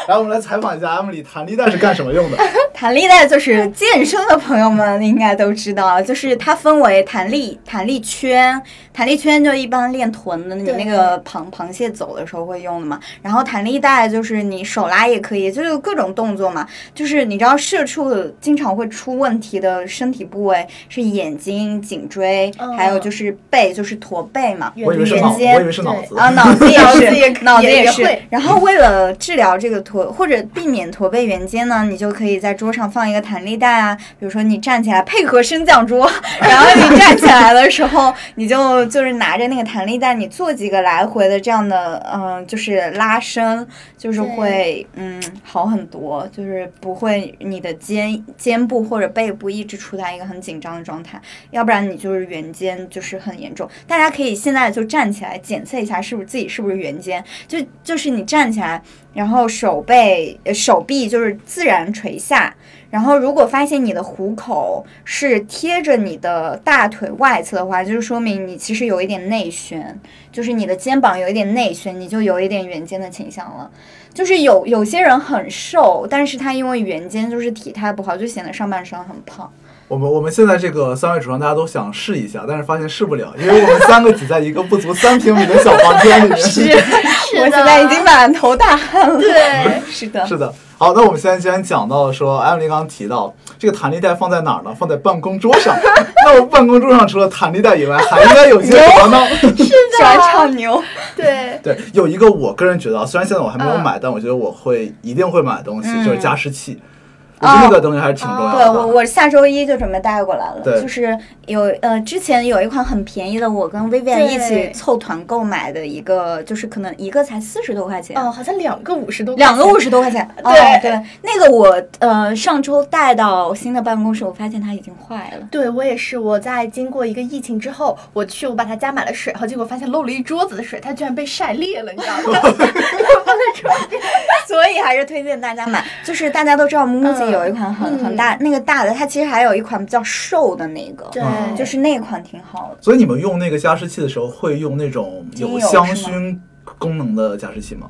S3: 然后我们来采访一下 Emily，弹力带是干什么用的？
S1: 弹力带就是健身的朋友们应该都知道，就是它分为弹力弹力圈，弹力圈就一般练臀的，你
S2: 对
S1: 那个螃螃蟹走的时候会用的嘛。然后弹力带就是你手拉也可以，就是各种动作嘛。就是你知道社畜经常会出问题的身体部位是眼睛、颈椎，
S2: 嗯
S1: 还有就是背，就是驼背嘛。
S3: 我以为是脑，我以为是脑子。
S1: 啊，脑子也
S2: 脑子也
S1: 是，脑子
S2: 也
S1: 也
S2: 也
S1: 是
S2: 会。
S1: 然后为了治疗这个驼或者避免驼背圆肩呢，你就可以在桌上放一个弹力带啊，比如说你站起来配合升降桌， 然后你站起来的时候，你就就是拿着那个弹力带，你做几个来回的这样的，嗯、就是拉伸，就是会嗯好很多，就是不会你的肩肩部或者背部一直处在一个很紧张的状态。要不然你就是圆肩，就是很严重。大家可以现在就站起来检测一下，是不是自己是不是圆肩？就就是你站起来，然后手背、呃手臂就是自然垂下，然后如果发现你的虎口是贴着你的大腿外侧的话，就是说明你其实有一点内旋，就是你的肩膀有一点内旋，你就有一点圆肩的倾向了。就是有有些人很瘦，但是他因为圆肩就是体态不好，就显得上半身很胖。
S3: 我们我们现在这个三位主创大家都想试一下，但是发现试不了，因为我们三个挤在一个不足三平米的小房间里面。
S2: 是
S1: 我现在已经满头大汗了。
S2: 对，
S1: 是 的，
S3: 是的，好，那我们现在既然讲到了说，艾米丽刚刚提到这个弹力带放在哪儿呢？放在办公桌上。 那我办公桌上除了弹力带以外，还应该有些什么呢？
S1: 转场牛，
S2: 对，
S3: 对，有一个我个人觉得，啊，虽然现在我还没有
S1: 嗯
S3: 买，但我觉得我会一定会买的东西，就是加湿器。我觉得那个东西还是挺重要
S1: 哦对
S3: 的。
S1: 我我下周一就准备带过来了
S3: 啊对，
S1: 就是有呃之前有一款很便宜的，我跟 Vivian
S2: 对
S1: 一起凑团购买的一个，就是可能一个才四十多块钱。
S2: 哦，好像两个五十多，
S1: 两个五十多块钱，哦
S2: 对
S1: 对，那个我呃上周带到新的办公室，我发现它已经坏了。
S2: 对我也是，我在经过一个疫情之后，我去我把它加满了水，然后结果发现漏了一桌子的水，它居然被晒裂了，你知道 吗？嗯放在桌子
S1: 所以还是推荐大家买， 嗯就是大家都知道 MUJI 有一款很、很大那个大的，它其实还有一款比较瘦的那个，
S3: 嗯
S1: 就是那款挺好的。
S3: 所以你们用那个加湿器的时候，会用那种有
S1: 精油
S3: 香
S1: 是吗
S3: 薰功能的加湿器吗？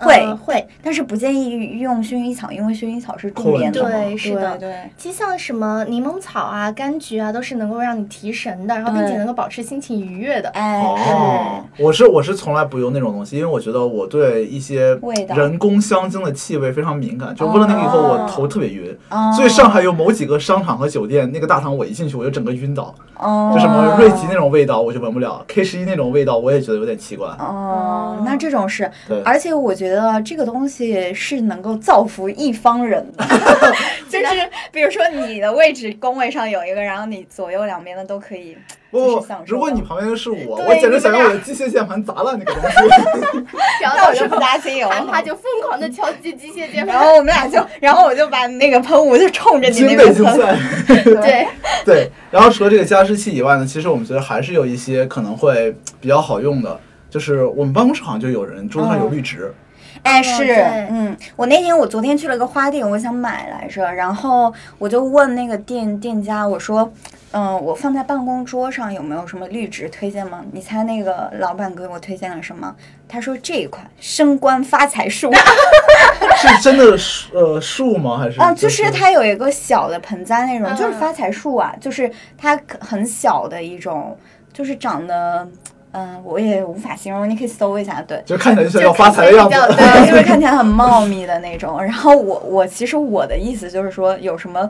S1: 会
S2: 呃会，
S1: 但是不建议用薰衣草，因为薰衣草是助
S3: 困
S1: 眠的嘛。
S3: 的
S2: 对是的
S1: 对
S2: 其实像什么柠檬草啊、柑橘啊，都是能够让你提神的，然后并且
S1: 对
S2: 能够保持心情愉 悦的。
S1: 哎，
S3: 哦，我是我是从来不用那种东西，因为我觉得我对一些
S1: 味道
S3: 人工香精的气味非常敏感，就闻了那个以后我
S1: 哦
S3: 头特别晕。
S1: 哦
S3: 所以上海有某几个商场和酒店，那个大堂我一进去我就整个晕倒，
S1: 哦，
S3: 就什么瑞吉那种味道我就闻不了，K 十一那种味道我也觉得有点奇怪。
S1: 哦，那这种是
S3: 对，
S1: 而且我觉觉得这个东西是能够造福一方人的， 就是比如说你的位置工位上有一个，然后你左右两边的都可以。
S3: 不
S1: 就是享，受
S3: 如果你旁边的是我，
S2: 对
S3: 我简直想
S2: 你们
S3: 用我的机械键盘砸烂那个东西。
S2: 然后
S1: 那
S2: 到
S1: 我
S2: 时
S1: 是不
S2: 候
S1: 搭精油，
S2: 安帕就疯狂的敲击机械键
S1: 然
S2: 盘。
S1: 后我们俩就，然后我就把那个喷雾就冲着你 那
S3: 军
S1: 边
S3: 备竞
S1: 喷。
S3: 赛。
S2: 对，
S3: 对，然后除了这个加湿器以外呢，其实我们觉得还是有一些可能会比较好用的，就是我们办公室好像就有人桌子上有绿植，
S1: 哎，
S2: 哦
S1: 是
S2: 对，
S1: 嗯，我那天我昨天去了个花店，我想买来着，然后我就问那个店店家，我说，嗯、我放在办公桌上有没有什么绿植推荐吗？你猜那个老板给我推荐了什么？他说这一款升 官发财树，
S3: 是真的树呃树吗？还是
S1: 嗯，就是是它有一个小的盆栽那种，就是
S2: 嗯
S1: 发财树啊，就是它可很小的一种，就是长得，嗯、我也无法形容，你可以搜一下，对。
S3: 就看起来就像要发财的样子
S2: 就看。起 来比较
S1: 对，就是看起来很茂密的那种。然后我我其实我的意思就是说，有什么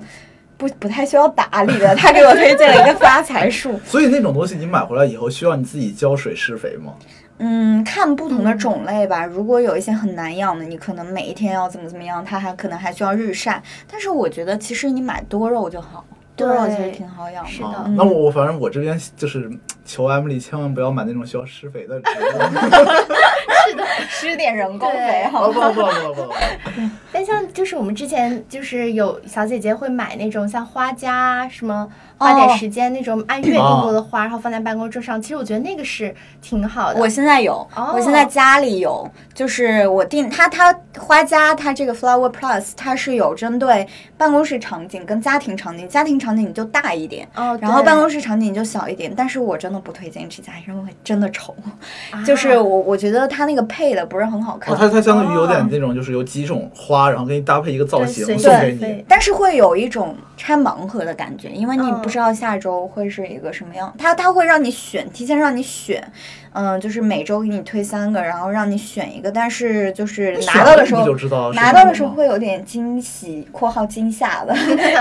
S1: 不不太需要打理的，他给我推荐了一个发财树。
S3: 所以那种东西你买回来以后需要你自己浇水施肥吗？
S1: 嗯，看不同的种类吧。如果有一些很难养的，你可能每一天要怎么怎么样，它还可能还需要日晒。但是我觉得其实你买多肉就好，多肉其实
S2: 对
S1: 挺好养的。 嗯
S2: 是
S3: 啊
S2: 的，，
S3: 那我反正我这边就是求 Emily 千万不要买那种需要施肥的 植物。
S1: 施点人工
S2: 对
S1: 肥好
S3: 啊不
S1: 吗？
S3: 不不 不不不，
S2: 但像就是我们之前就是有小姐姐会买那种像花夹啊什么花
S1: 哦
S2: 点时间那种按月定过的花，然后放在办公桌上。其实我觉得那个是挺好的。
S1: 我现在有，
S2: 哦
S1: 我现在家里有，就是我定它它花家它这个 Flower Plus 它是有针对办公室场景跟家庭场景，家庭场景你就大一点。
S2: 哦，
S1: 然后办公
S2: 室、
S1: 室场景就小一点，但是我真的不推荐这家，因为真的丑，
S2: 啊
S1: 就是我我觉得它那个配的不是很好看。
S3: 哦，它它相当于有点那种，就是有几种花，然后给你搭配一个造
S2: 对
S3: 型
S2: 随
S3: 送
S2: 手
S3: 给
S2: 可
S3: 你
S2: 以。
S1: 但是会有一种拆盲盒的感觉，因为你
S2: 嗯
S1: 不知道下周会是一个什么样。它它会让你选，提前让你选，嗯、就是每周给你推三个，然后让你选一个。但是就是
S3: 你
S1: 拿到的
S3: 选
S1: 时
S3: 了你
S1: 候
S3: 就，知道是
S1: 拿
S3: 什
S1: 到
S3: 么
S1: 的时候
S3: 了
S1: 会有点惊喜（括号惊吓的），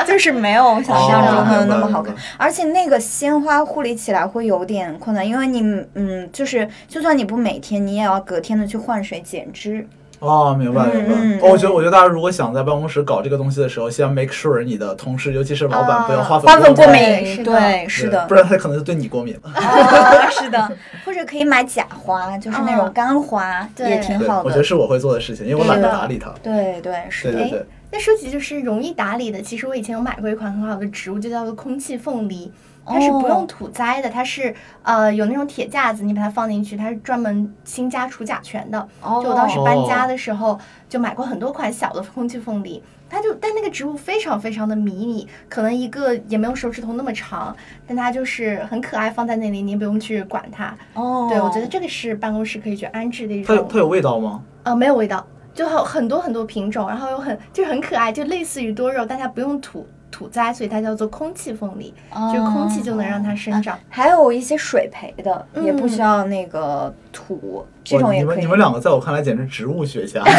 S1: 就是没有想
S3: 哦
S1: 象中
S3: 明白
S1: 的那么好
S3: 明
S1: 看
S3: 白。
S1: 而且那个鲜花护理起来会有点困难，因为你嗯，就是就算你不每天，你也要隔天的去换水剪枝。
S3: 哦，明白明白。
S1: 嗯嗯
S3: 哦，我觉得我觉得大家如果想在办公室搞这个东西的时候，先 make sure 你的同事，尤其是老板，不要
S2: 啊
S3: 花
S1: 花粉
S3: 过
S1: 过
S2: 敏
S3: 对
S1: 敏，
S2: 是的
S1: 对，是的
S3: 不。然他可能就对你过敏了。
S1: 啊，是的，或者可以买假花，就是那种
S2: 嗯
S1: 干花，
S2: 对
S1: 也挺
S3: 对，
S1: 好
S3: 我觉得
S1: 的。
S3: 是我会做的事情，因为我懒得打理它。
S1: 对对是
S3: 对
S1: 的，
S3: 对
S2: 哎
S3: 对，
S2: 那说起就是容易打理的，其实我以前有买过一款很好的植物，就叫做空气凤梨。它是不
S1: 哦
S2: 用土栽的，它是呃有那种铁架子，你把它放进去，它是专门新家除甲醛的。
S1: 哦
S2: 就我当时搬家
S3: 哦
S2: 的时候，就买过很多款小的空气凤梨，它就但那个植物非常非常的迷你，可能一个也没有手指头那么长，但它就是很可爱，放在那里你也不用去管它。
S1: 哦，
S2: 对我觉得这个是办公室可以去安置的一
S3: 它有
S2: 种
S3: 它，有味道吗？
S2: 呃，没有味道，就很很多很多品种，然后又很就是很可爱，就类似于多肉，但它不用土土栽，所以它叫做空气凤梨，
S1: 哦
S2: 就是空气就能让它生长。
S1: 还有一些水培的，
S2: 嗯
S1: 也不需要那个土，这
S3: 哇
S1: 种也
S3: 你
S1: 可
S3: 们
S1: 以。
S3: 你们两个在我看来简直植物学家。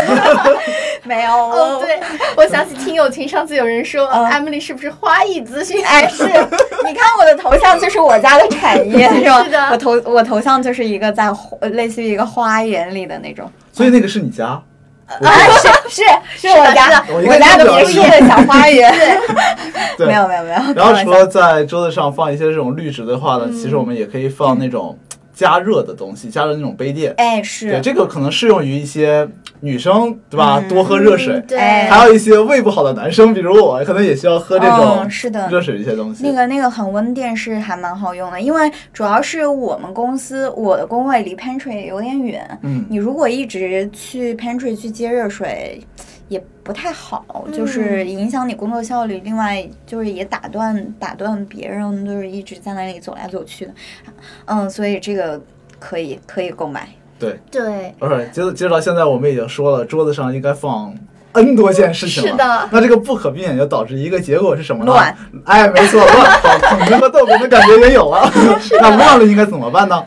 S1: 没有
S2: 哦，
S1: 我，
S2: 对，我想起听友群上次有人说
S1: 嗯
S2: ，Emily 是不是花艺咨 询？
S1: 哎，是，你看我的头像就是我家的产业，是吧？
S2: 是的
S1: 我头我头像就是一个在花呃类似于一个花园里的那种，
S3: 所以那个是你家？不
S1: 啊
S3: 是，
S1: 是是我
S2: 是
S1: 家
S2: 的
S3: 我一
S1: 我
S3: 看
S1: 家的
S3: 就知道
S1: 别
S3: 是
S1: 墅的小花园，
S3: 对
S1: 没有没有没有。
S3: 然后
S1: 开玩
S3: 除
S1: 笑嗯
S3: 了在桌子上放一些这种绿植的话呢，其实我们也可以放那种加热的东西，加热那种杯垫。
S1: 哎
S3: 对，
S1: 是，
S3: 这个可能适用于一些女生，对吧？多喝热水
S2: 嗯。对，
S1: 哎
S3: 还有一些胃不好的男生，比如我，可能也需要喝这种
S1: 嗯是的
S3: 热水的一些东西。
S1: 那个那个恒温垫是还蛮好用的，因为主要是我们公司我的工位离 pantry 有点远，
S3: 嗯，
S1: 你如果一直去 pantry 去接热水。也不太好，就是影响你工作效率。另外，就是也打断打断别人，就是一直在那里走来走去的。嗯，所以这个可以可以购买。
S3: 对。
S2: 对，
S3: 而且接着接着到现在，我们已经说了，桌子上应该放 N 多件事情了。
S2: 是的
S3: 那这个不可避免就导致一个结果是什么呢？
S1: 乱。
S3: 哎，没错，乱。好，捧哏和逗哏的感觉也有 了。那乱了应该怎么办呢？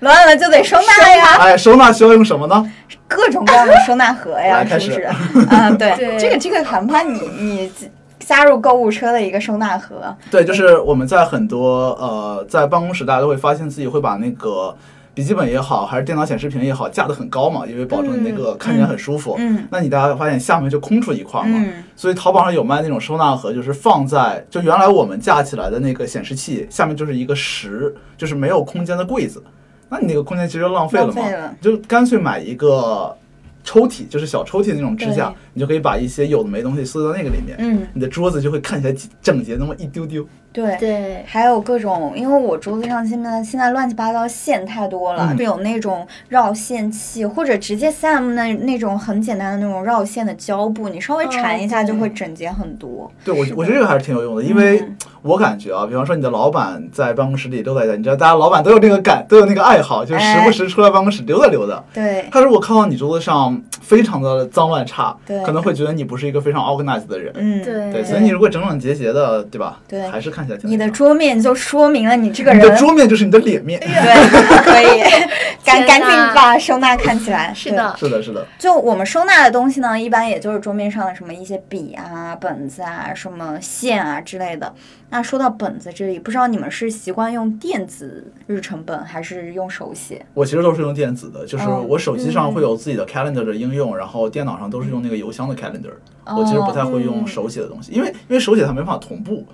S1: 乱了就得收纳呀，
S3: 哎，收纳需要用什么呢？
S1: 各种各样的收纳盒呀，
S3: 来
S1: 是
S3: 开
S1: 不
S3: 始
S1: 是？ 啊，对，
S2: 对
S1: 这个这个韩盼你你加入购物车的一个收纳盒，
S3: 对，就是我们在很多呃，在办公室，大家都会发现自己会把那个。笔记本也好，还是电脑显示屏也好，架得很高嘛，因为保证你那个看起来很舒服。
S1: 嗯
S3: 那你大家发现下面就空出一块儿嘛，
S1: 嗯
S3: 所以淘宝上有卖那种收纳盒，就是放在就原来我们架起来的那个显示器下面就是一个实，就是没有空间的柜子，那你那个空间其实就浪费了嘛，
S1: 浪费了
S3: 你就干脆买一个抽屉，就是小抽屉那种支架
S1: 对，
S3: 你就可以把一些有的没东西塞到那个里面，
S1: 嗯，
S3: 你的桌子就会看起来整洁那么一丢丢。
S1: 对。
S2: 对，
S1: 还有各种，因为我桌子上现在现在乱七八糟线太多了，
S3: 嗯
S1: 有那种绕线器，或者直接 Sam 那那种很简单的那种绕线的胶布，你稍微
S2: 哦
S1: 缠一下就
S2: 对
S1: 会整洁很多。
S3: 对我
S2: 是，的
S3: 我觉得这个还是挺有用的，因为
S1: 嗯
S3: 我感觉啊，比方说你的老板在办公室里溜达一下，你知道，大家老板都有那个感，都有那个爱好，就
S1: 哎
S3: 时不时出来办公室溜达溜达。
S1: 对，
S3: 他如果看到你桌子上非常的脏乱差，
S1: 对
S3: 可能会觉得你不是一个非常 organized 的人。
S1: 嗯，
S2: 对
S3: 对，所以你如果整整洁洁的，对吧？
S1: 对
S3: 还是看起来挺
S1: 你的
S3: 那个
S1: 桌面就说明了你这个
S3: 你
S1: 人。
S3: 的桌面就是你的脸面。
S1: 对，可 以， 赶
S2: 天
S1: 赶紧
S2: 哪
S1: 把收纳看起来。
S2: 是
S1: 对
S2: 的，
S3: 是的，是的，
S1: 就我们收纳的东西呢，一般也就是桌面上的什么一些笔啊、本子啊、什么线啊之类的。那说到本子这里，不知道你们是习惯用电子日程本还是用手写？
S3: 我其实都是用电子的，就是
S1: 哦
S3: 我手机上会有自己的 calendar 的应用，然后电脑上都是用那个邮箱的 calendar。我其实不太会
S1: 嗯
S3: 用手写的东西，因为因为手写它没办法同步。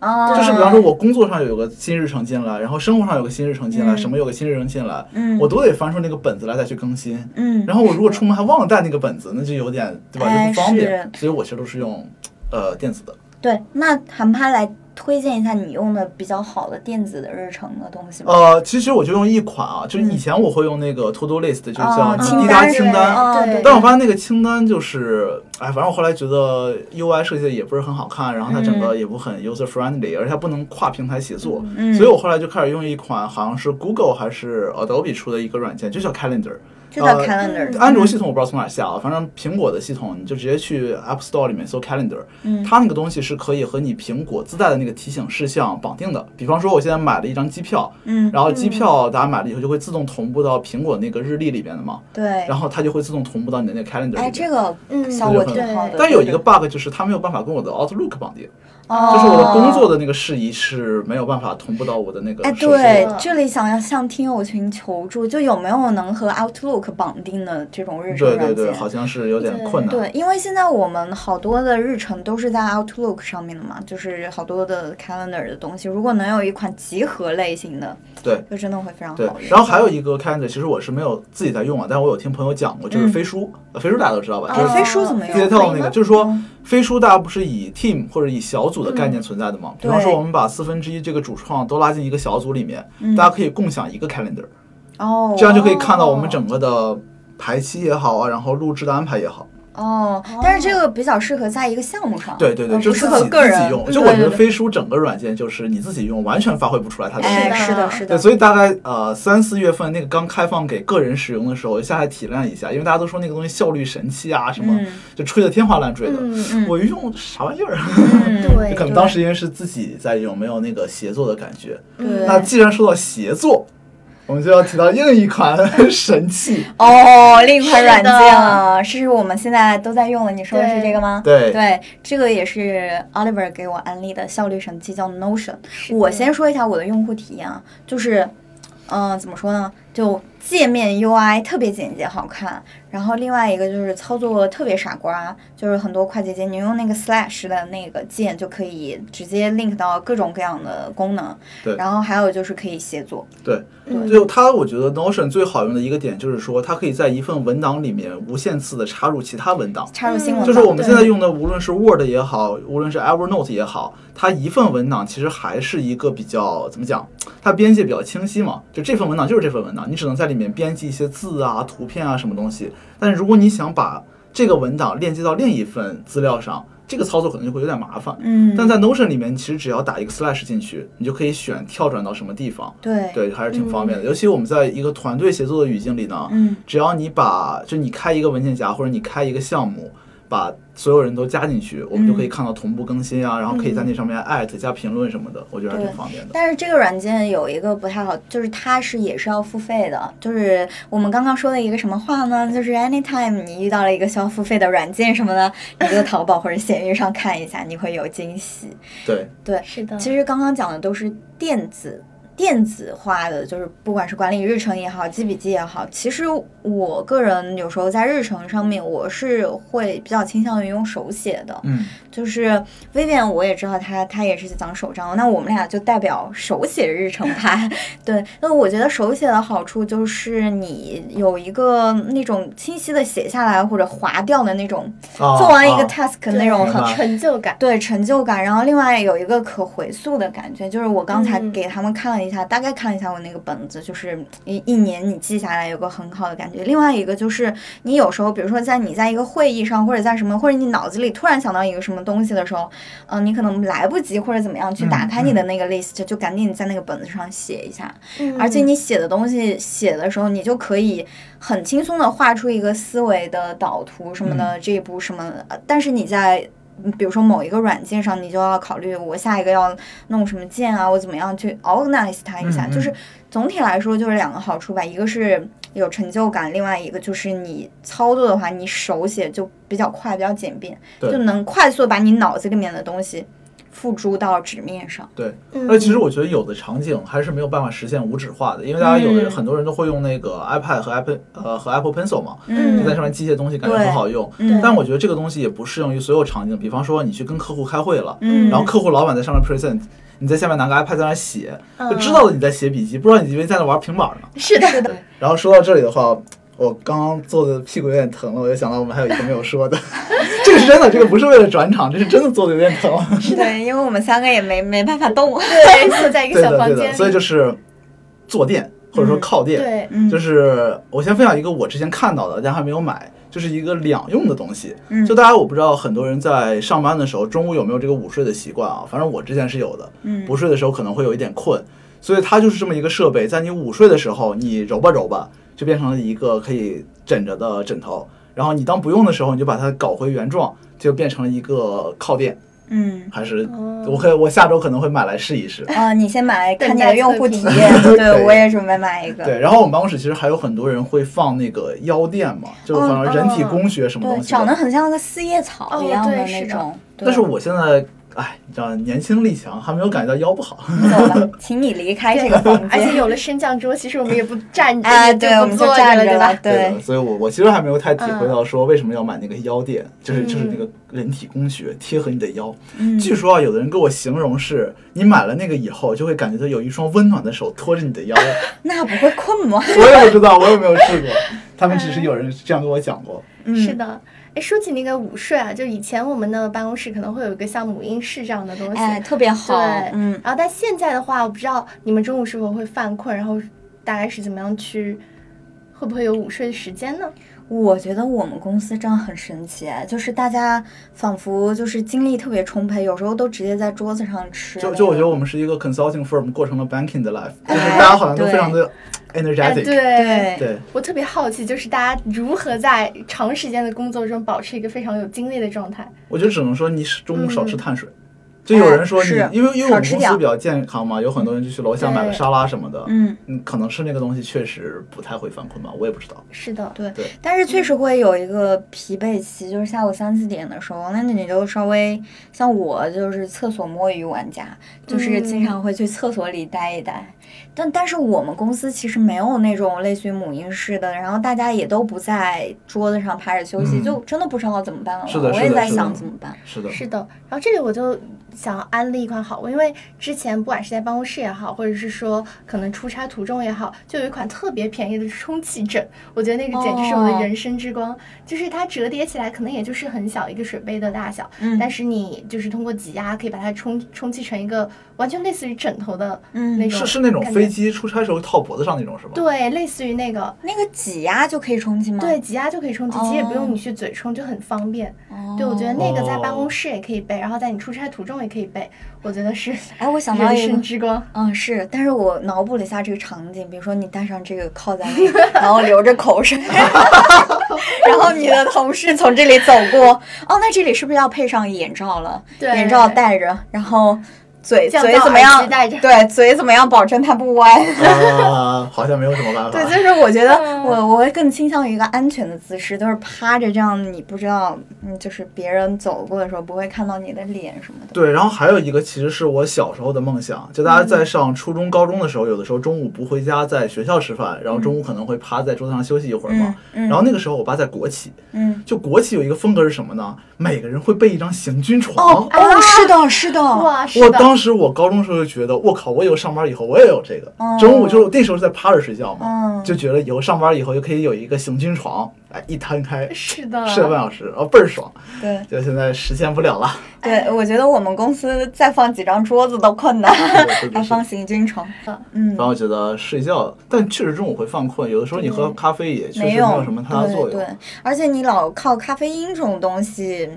S1: 哦，
S3: 就是比方说，我工作上有个新日程进来，然后生活上有个新日程进来，
S1: 嗯
S3: 什么有个新日程进来，
S1: 嗯，
S3: 我都得翻出那个本子来再去更新。
S1: 嗯，
S3: 然后我如果出门还忘了带那个本子，那就有点对吧，
S1: 哎
S3: 就不方便。所以我其实都是用呃电子的。
S1: 对，那韩趴来推荐一下你用的比较好的电子的日程的东西吧。
S3: 呃，其实我就用一款啊，就是以前我会用那个 To Do List，就是叫
S1: 嗯哦
S3: 滴
S1: 清
S3: 滴答
S1: 单
S3: 清单。
S1: 哦
S2: 对
S1: 对
S3: 但我发现那个清单就是，哎，反正我后来觉得 UI 设计的也不是很好看，然后它整个也不很 user friendly，、而且它不能跨平台协作，
S1: 嗯
S3: 所以我后来就开始用一款好像是 Google 还是 Adobe 出的一个软件，就叫 Calendar。
S1: 这叫
S3: 呃
S1: calendar，嗯
S3: 安卓系统我不知道从哪儿下啊，反正苹果的系统你就直接去 App Store 里面搜 Calendar，、
S1: 嗯
S3: 它那个东西是可以和你苹果自带的那个提醒事项绑定的。比方说我现在买了一张机票，
S1: 嗯，
S3: 然后机票大家买了以后就会自动同步到苹果那个日历里面的嘛，
S1: 对，
S3: 然后它就会自动同步到你的那个 Calendar 里面。
S1: 哎，这个
S2: 嗯
S1: 效果
S3: 对
S1: 挺好的。
S3: 但有一
S1: 呃
S3: 个
S1: 对
S3: bug 就是它没有办法跟我的 Outlook 绑定，
S1: 哦
S3: 就是我的工作的那个事宜是没有办法同步到我的那个
S1: 哎，
S3: 手机的。
S1: 对
S2: 了，
S1: 这里想要向听友群求助，就有没有能和 Outlook 绑定的这种日程
S3: 对
S1: 软
S3: 对
S1: 件？
S3: 对，好像是有点困难。
S1: 对因为现在我们好多的日程都是在 Outlook 上面的嘛，就是好多的 calendar 的东西。如果能有一款集合类型的，
S3: 对，
S1: 就真的会非常
S3: 对
S1: 好用。
S3: 然后还有一个 Calendar，其实我是没有自己在用啊，但我有听朋友讲过，就是
S1: 嗯
S3: 飞书，呃飞书大家都知道吧，
S2: 哦
S3: 就是
S1: 哎飞书怎么
S3: 字节
S1: 用？
S3: 跳动那
S2: 可以
S3: 个，
S2: 吗
S3: 就是说
S1: 嗯
S3: 飞书大家不是以 team 或者以小组的概念存在的嘛？比方
S1: 对
S3: 说我们把四分之一这个主创都拉进一个小组里面，
S1: 嗯
S3: 大家可以共享一个 Calendar，
S1: 哦，
S3: 这样就可以看到我们整个的排期也好啊，然后录制的安排也好。
S1: 哦，但是这个比较适合在一个项目上，
S3: 对对对，
S1: 而
S3: 就
S1: 啊嗯不
S3: 自
S1: 适
S3: 己
S1: 合个
S3: 自
S1: 人
S3: 己。用。
S1: 嗯
S3: 就我觉
S1: 对
S3: 得
S1: 对
S3: 飞书整个软件就是你自己用，完全发挥不出来它的
S1: 对
S3: 作用。
S1: 哎，
S2: 是
S1: 是
S2: 的
S1: 的，是
S3: 对，
S1: 的，
S3: 所以大概呃三四月份那个刚开放给个人使用的时候，我就下来体谅一下，因为大家都说那个东西效率神器啊，什么、
S1: 嗯
S3: 就吹得天花乱坠的。
S2: 嗯
S1: 嗯
S3: 我一用啥玩意儿？啊
S1: 嗯
S2: 对
S3: 可能当时因为是自己在用，没有那个协作的感觉。
S2: 嗯
S1: 对
S3: 那既然说到协作，我们就要提到另一款 神器，
S1: 哦，另一款软件
S2: 是
S1: 了，是我们现在都在用的。你说的是这个吗？
S3: 对
S1: 这个也是 Oliver 给我安利的效率神器，叫 Notion。我先说一下我的用户体验啊，就是，嗯、怎么说呢？就界面 UI 特别简洁好看，然后另外一个就是操作特别傻瓜，就是很多快捷键，你用那个 slash 的那个键就可以直接 link 到各种各样的功能。
S3: 对
S1: 然后还有就是可以协作。
S3: 对，
S2: 嗯
S3: 就它，我觉得 Notion 最好用的一个点就是说，它可以在一份文档里面无限次的插入其他文档。
S1: 插入新闻
S2: 嗯
S1: 吧，
S3: 就是我们
S2: 对
S3: 现在用的，无论是 Word 也好，无论是 Evernote 也好，它一份文档其实还是一个比较怎么讲，它边界比较清晰嘛。就这份文档就是这份文档，你只能在里面编辑一些字啊、图片啊什么东西。但是如果你想把这个文档链接到另一份资料上，这个操作可能就会有点麻烦。
S1: 嗯，
S3: 但在 Notion 里面，其实只要打一个 slash 进去，你就可以选跳转到什么地方。
S1: 对，
S3: 对，还是挺方便的。尤其我们在一个团队协作的语境里呢，
S1: 嗯。
S3: 只要你把就你开一个文件夹或者你开一个项目，把所有人都加进去，我们就可以看到同步更新
S1: 嗯
S3: 啊，然后可以在那上面艾特加评论什么的，我觉得还挺方便的。
S1: 但是这个软件有一个不太好，就是它是也是要付费的。就是我们刚刚说的一个什么话呢？就是 anytime 你遇到了一个需要付费的软件什么的，你就淘宝或者闲鱼上看一下，你会有惊喜。
S3: 对
S1: 对，
S2: 是的，
S1: 其实刚刚讲的都是电子电子化的，就是不管是管理日程也好，记笔记也好，其实我个人有时候在日程上面，我是会比较倾向于用手写的。
S3: 嗯，
S1: 就是 Vivian，我也知道他，他也是讲手账，那我们俩就代表手写日程派。 对，那我觉得手写的好处就是你有一个那种清晰的写下来或者划掉的那种，
S3: 啊
S1: 做完一个
S3: 啊
S1: task 那种很
S3: 明白
S2: 成就感。
S1: 对成就感，然后另外有一个可回溯的感觉，就是我刚才
S2: 嗯
S1: 给他们看了一下，大概看了一下我那个本子，就是一一年你记下来有个很好的感觉。另外一个就是你有时候，比如说在你在一个会议上，或者在什么，或者你脑子里突然想到一个什么东西的时候，嗯、你可能来不及或者怎么样去打
S3: 嗯
S1: 开你的那个 list，、就赶紧在那个本子上写一下。
S2: 嗯
S1: 而且你写的东西写的时候，你就可以很轻松的画出一个思维的导图什么
S3: 嗯
S1: 的，这一步什么的。呃但是你在嗯比如说某一个软件上，你就要考虑我下一个要弄什么键啊，我怎么样去 organize 它一下。
S3: 嗯嗯
S1: 就是总体来说，就是两个好处吧，一个是有成就感，另外一个就是你操作的话，你手写就比较快，比较简便，
S3: 对
S1: 就能快速把你脑子里面的东西付诸到纸面 上。
S3: 对。
S2: 嗯
S3: 那其实我觉得有的场景还是没有办法实现无纸化的，因为大家有的
S1: 嗯
S3: 很多人都会用那个 iPad 和 Apple 呃和 Apple Pencil 嘛，
S2: 嗯
S3: 就在上面记一些东西，感觉
S1: 对
S3: 很好用。
S1: 嗯
S3: 但我觉得这个东西也不适用于所有场景，比方说你去跟客户开会了，
S1: 嗯，
S3: 然后客户老板在上面 present，你在下面拿个 iPad 在那儿写，就
S2: 嗯
S3: 知道了你在写笔记，不知道你以为在那玩平板呢。
S2: 是的，是的，
S3: 然后说到这里的话，我刚刚坐的屁股有点疼了，我就想到我们还有一个没有说的， 这个是真的，这个不是为了转场，这是真的坐的有点疼。
S1: 对，因为我们三个也没没办法动。
S2: 对，坐在一个
S3: 对
S2: 小
S3: 的，
S2: 房
S3: 对
S2: 间
S3: 的，
S2: 里，
S3: 所以就是坐垫或者说靠垫，
S2: 对，
S1: 嗯
S3: 就是我先分享一个我之前看到的，但还没有买，就是一个两用的东西。
S1: 嗯
S3: 就大家我不知道很多人在上班的时候中午有没有这个午睡的习惯啊，反正我之前是有的，
S1: 嗯
S3: 不睡的时候可能会有一点困，所以它就是这么一个设备，在你午睡的时候，你揉吧揉吧，就变成了一个可以枕着的枕头。然后你当不用的时候，你就把它搞回原状，就变成了一个靠垫，
S1: 嗯，
S3: 还是
S2: 哦
S3: 我可以，我下周可能会买来试一试。
S1: 啊，你先买看
S2: 等
S1: 你
S2: 待
S1: 的用
S2: 测
S1: 户体
S2: 评
S1: 验，
S3: 对
S1: 对我也准备买一个。
S3: 对，然后我们办公室其实还有很多人会放那个腰垫嘛，就
S1: 哦
S3: 反正人体
S2: 哦
S3: 工学什么
S1: 对，
S3: 东西的。
S1: 长得很像那个四叶草
S2: 哦
S1: 一样
S2: 对
S1: 的
S2: 是
S1: 那
S2: 的
S1: 种。对
S3: 但是我现在，哎，你知道，年轻力强，还没有感觉到腰不好。
S1: 你走 吧，请你离开这个 房
S2: 而且
S1: 间。
S2: 有了升降桌，其实我们也不站着，
S1: 哎，
S2: 也
S1: 对，我们就
S2: 不坐
S1: 站
S2: 了，
S1: 着
S2: 对
S1: 了
S2: 吧，？
S1: 对
S3: 的，，所以我我其实还没有太体会到说为什么要买那个腰垫，就是就是那个人体工学贴合你的腰。
S1: 嗯
S3: 据说啊，有的人给我形容是，你买了那个以后，就会感觉到有一双温暖的手托着你的腰。
S1: 那不会困 吗？
S3: 我也不知道，我也没有试过，他们只是有人这样跟我讲过。
S2: 是
S1: 嗯。
S2: 的。哎，说起那个午睡啊，就以前我们的办公室可能会有一个像母婴室这样的东西，
S1: 哎，特别好
S2: 对，，
S1: 嗯，
S2: 然后但现在的话，我不知道你们中午是否会犯困，然后大概是怎么样去，会不会有午睡的时间呢？
S1: 我觉得我们公司这样很神奇，就是大家仿佛就是精力特别充沛，有时候都直接在桌子上吃那
S3: 就
S1: 种。
S3: 就我觉得我们是一个 consulting firm 过成了 banking 的 life，就
S1: 嗯哎
S3: 是大家好像都非常的 energetic。
S2: 哎对
S1: 对
S3: 对，
S2: 我特别好奇，就是大家如何在长时间的工作中保持一个非常有精力的状态？
S3: 我就只能说你是中午少吃碳水。就有人说
S1: 嗯
S3: 你
S1: 是，
S3: 因为因为我
S1: 少
S3: 们
S1: 吃
S3: 公
S1: 点
S3: 司
S1: 儿
S3: 比较健康嘛，有很多人就去楼下买了
S2: 对
S3: 沙拉什么的，
S1: 嗯，
S3: 嗯，可能吃那个东西确实不太会犯困吧，我也不知道。
S2: 是的，
S1: 对
S3: 对，
S1: 但是确实会有一个疲惫期，就是下午三四点的时候，那你就稍微像我就是厕所摸鱼玩家，就是经常会去厕所里待一待。但但是我们公司其实没有那种类似于母婴室的，然后大家也都不在桌子上趴着休息，
S3: 嗯
S1: 就真的不知道怎么办了。
S3: 是的
S1: 我
S3: 是
S1: 也
S3: 的
S1: 在
S3: 是的
S1: 想怎么办。
S3: 是的，
S2: 是的，然后这里我就想安利一款好物，因为之前不管是在办公室也好，或者是说可能出差途中也好，就有一款特别便宜的充气枕，我觉得那个简直是我的
S1: 哦
S2: 人生之光。就是它折叠起来可能也就是很小一个水杯的大小，
S1: 嗯
S2: 但是你就是通过挤压可以把它充充气成一个完全类似于枕头的
S1: 嗯
S2: 那种感觉，
S3: 是是那种飞机出差时候套脖子上那种是吗？
S2: 对，类似于那个。
S1: 那个挤压就可以充气吗？
S2: 对，，挤压就可以充气，其实也不
S1: 哦
S2: 用你去嘴充，就很方便。
S1: 哦、
S2: 对，我觉得那个在办公室也可以背，然后在你出差途中也可以背，我觉得是
S1: 哎，我想到
S2: 人
S1: 一个
S2: 生之光。
S1: 嗯，是，但是我脑补了一下这个场景，比如说你戴上这个靠在那里，然后流着口水， 然后你的同事从这里走过，哦，那这里是不是要配上眼罩了？
S2: 对
S1: 眼罩戴着，然后嘴
S2: 降
S1: 嘴
S2: 噪
S1: 怎么
S2: 耳
S1: 样
S2: 机戴着？
S1: 对，嘴怎么样保证它不歪？
S3: 啊，好像没有什么 办
S1: 对，
S3: 法。
S1: 就是我觉得
S2: 嗯
S1: 我我会更倾向于一个安全的姿势，就是趴着这样，你不知道，嗯，就是别人走过的时候不会看到你的脸什么的。
S3: 对，然后还有一个其实是我小时候的梦想，就大家
S1: 嗯
S3: 在上初中、高中的时候，有的时候中午不回家，在学校吃饭，然后中午可能会趴在桌子上休息一会儿嘛。
S1: 嗯嗯嗯
S3: 然后那个时候我爸在国企，
S1: 嗯，
S3: 就国企有一个风格是什么呢？每个人会备一张行军
S1: 哦
S3: 床。
S1: 哦，是的，是的，
S2: 哇，是
S3: 我
S2: 的，
S3: 当时我高中时候就觉得，我靠，我以后上班以后我也有这个。
S1: 哦
S3: 中午就是那时候是在趴着睡觉嘛，
S1: 嗯
S3: 就觉得以后上班以后就可以有一个行军床，哎，一摊开
S2: 是的，
S3: 睡个半小时，然后倍儿爽。
S1: 对
S3: 就现在实现不 了了。
S1: 对，我觉得我们公司再放几张桌子都困 难，
S3: 对
S1: 还
S3: 对
S1: 放行军床。嗯
S3: 然，后我觉得睡觉，但确实中午会犯困，有的时候你喝咖啡也确实没
S1: 有
S3: 有什么太大的作
S1: 对对
S3: 用。，
S1: 而且你老靠咖啡因这种东西，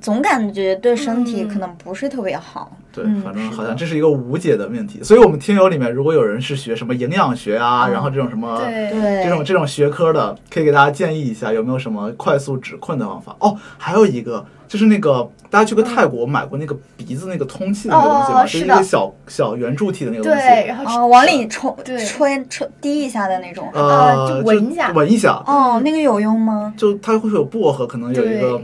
S1: 总感觉对身体
S2: 嗯
S1: 可能不是特别好。
S3: 对
S1: 嗯，
S3: 反正
S1: 是
S3: 好
S1: 的
S3: 像这是一个无解的命题。所以我们听友里面，如果有人是学什么营养学啊，
S1: 嗯
S3: 然后这种什么
S2: 对
S1: 对，
S3: 这种这种学科的，可以给大家建议一下，有没有什么快速止困的方法？哦，还有一个就是那个大家去过泰国买过那个鼻子那个通气的那个东西
S2: 哦
S3: 嘛，
S2: 哦
S3: 就是一
S2: 的
S3: 个小小圆柱体的那个东西。
S2: 对，然后
S1: 啊，往里冲，
S2: 对
S1: 吹吹滴一下的那种。
S2: 啊
S3: 呃，
S2: 就闻一下
S3: 闻一下，
S1: 哦，那个有用吗？
S3: 就它会有薄荷，可能有一个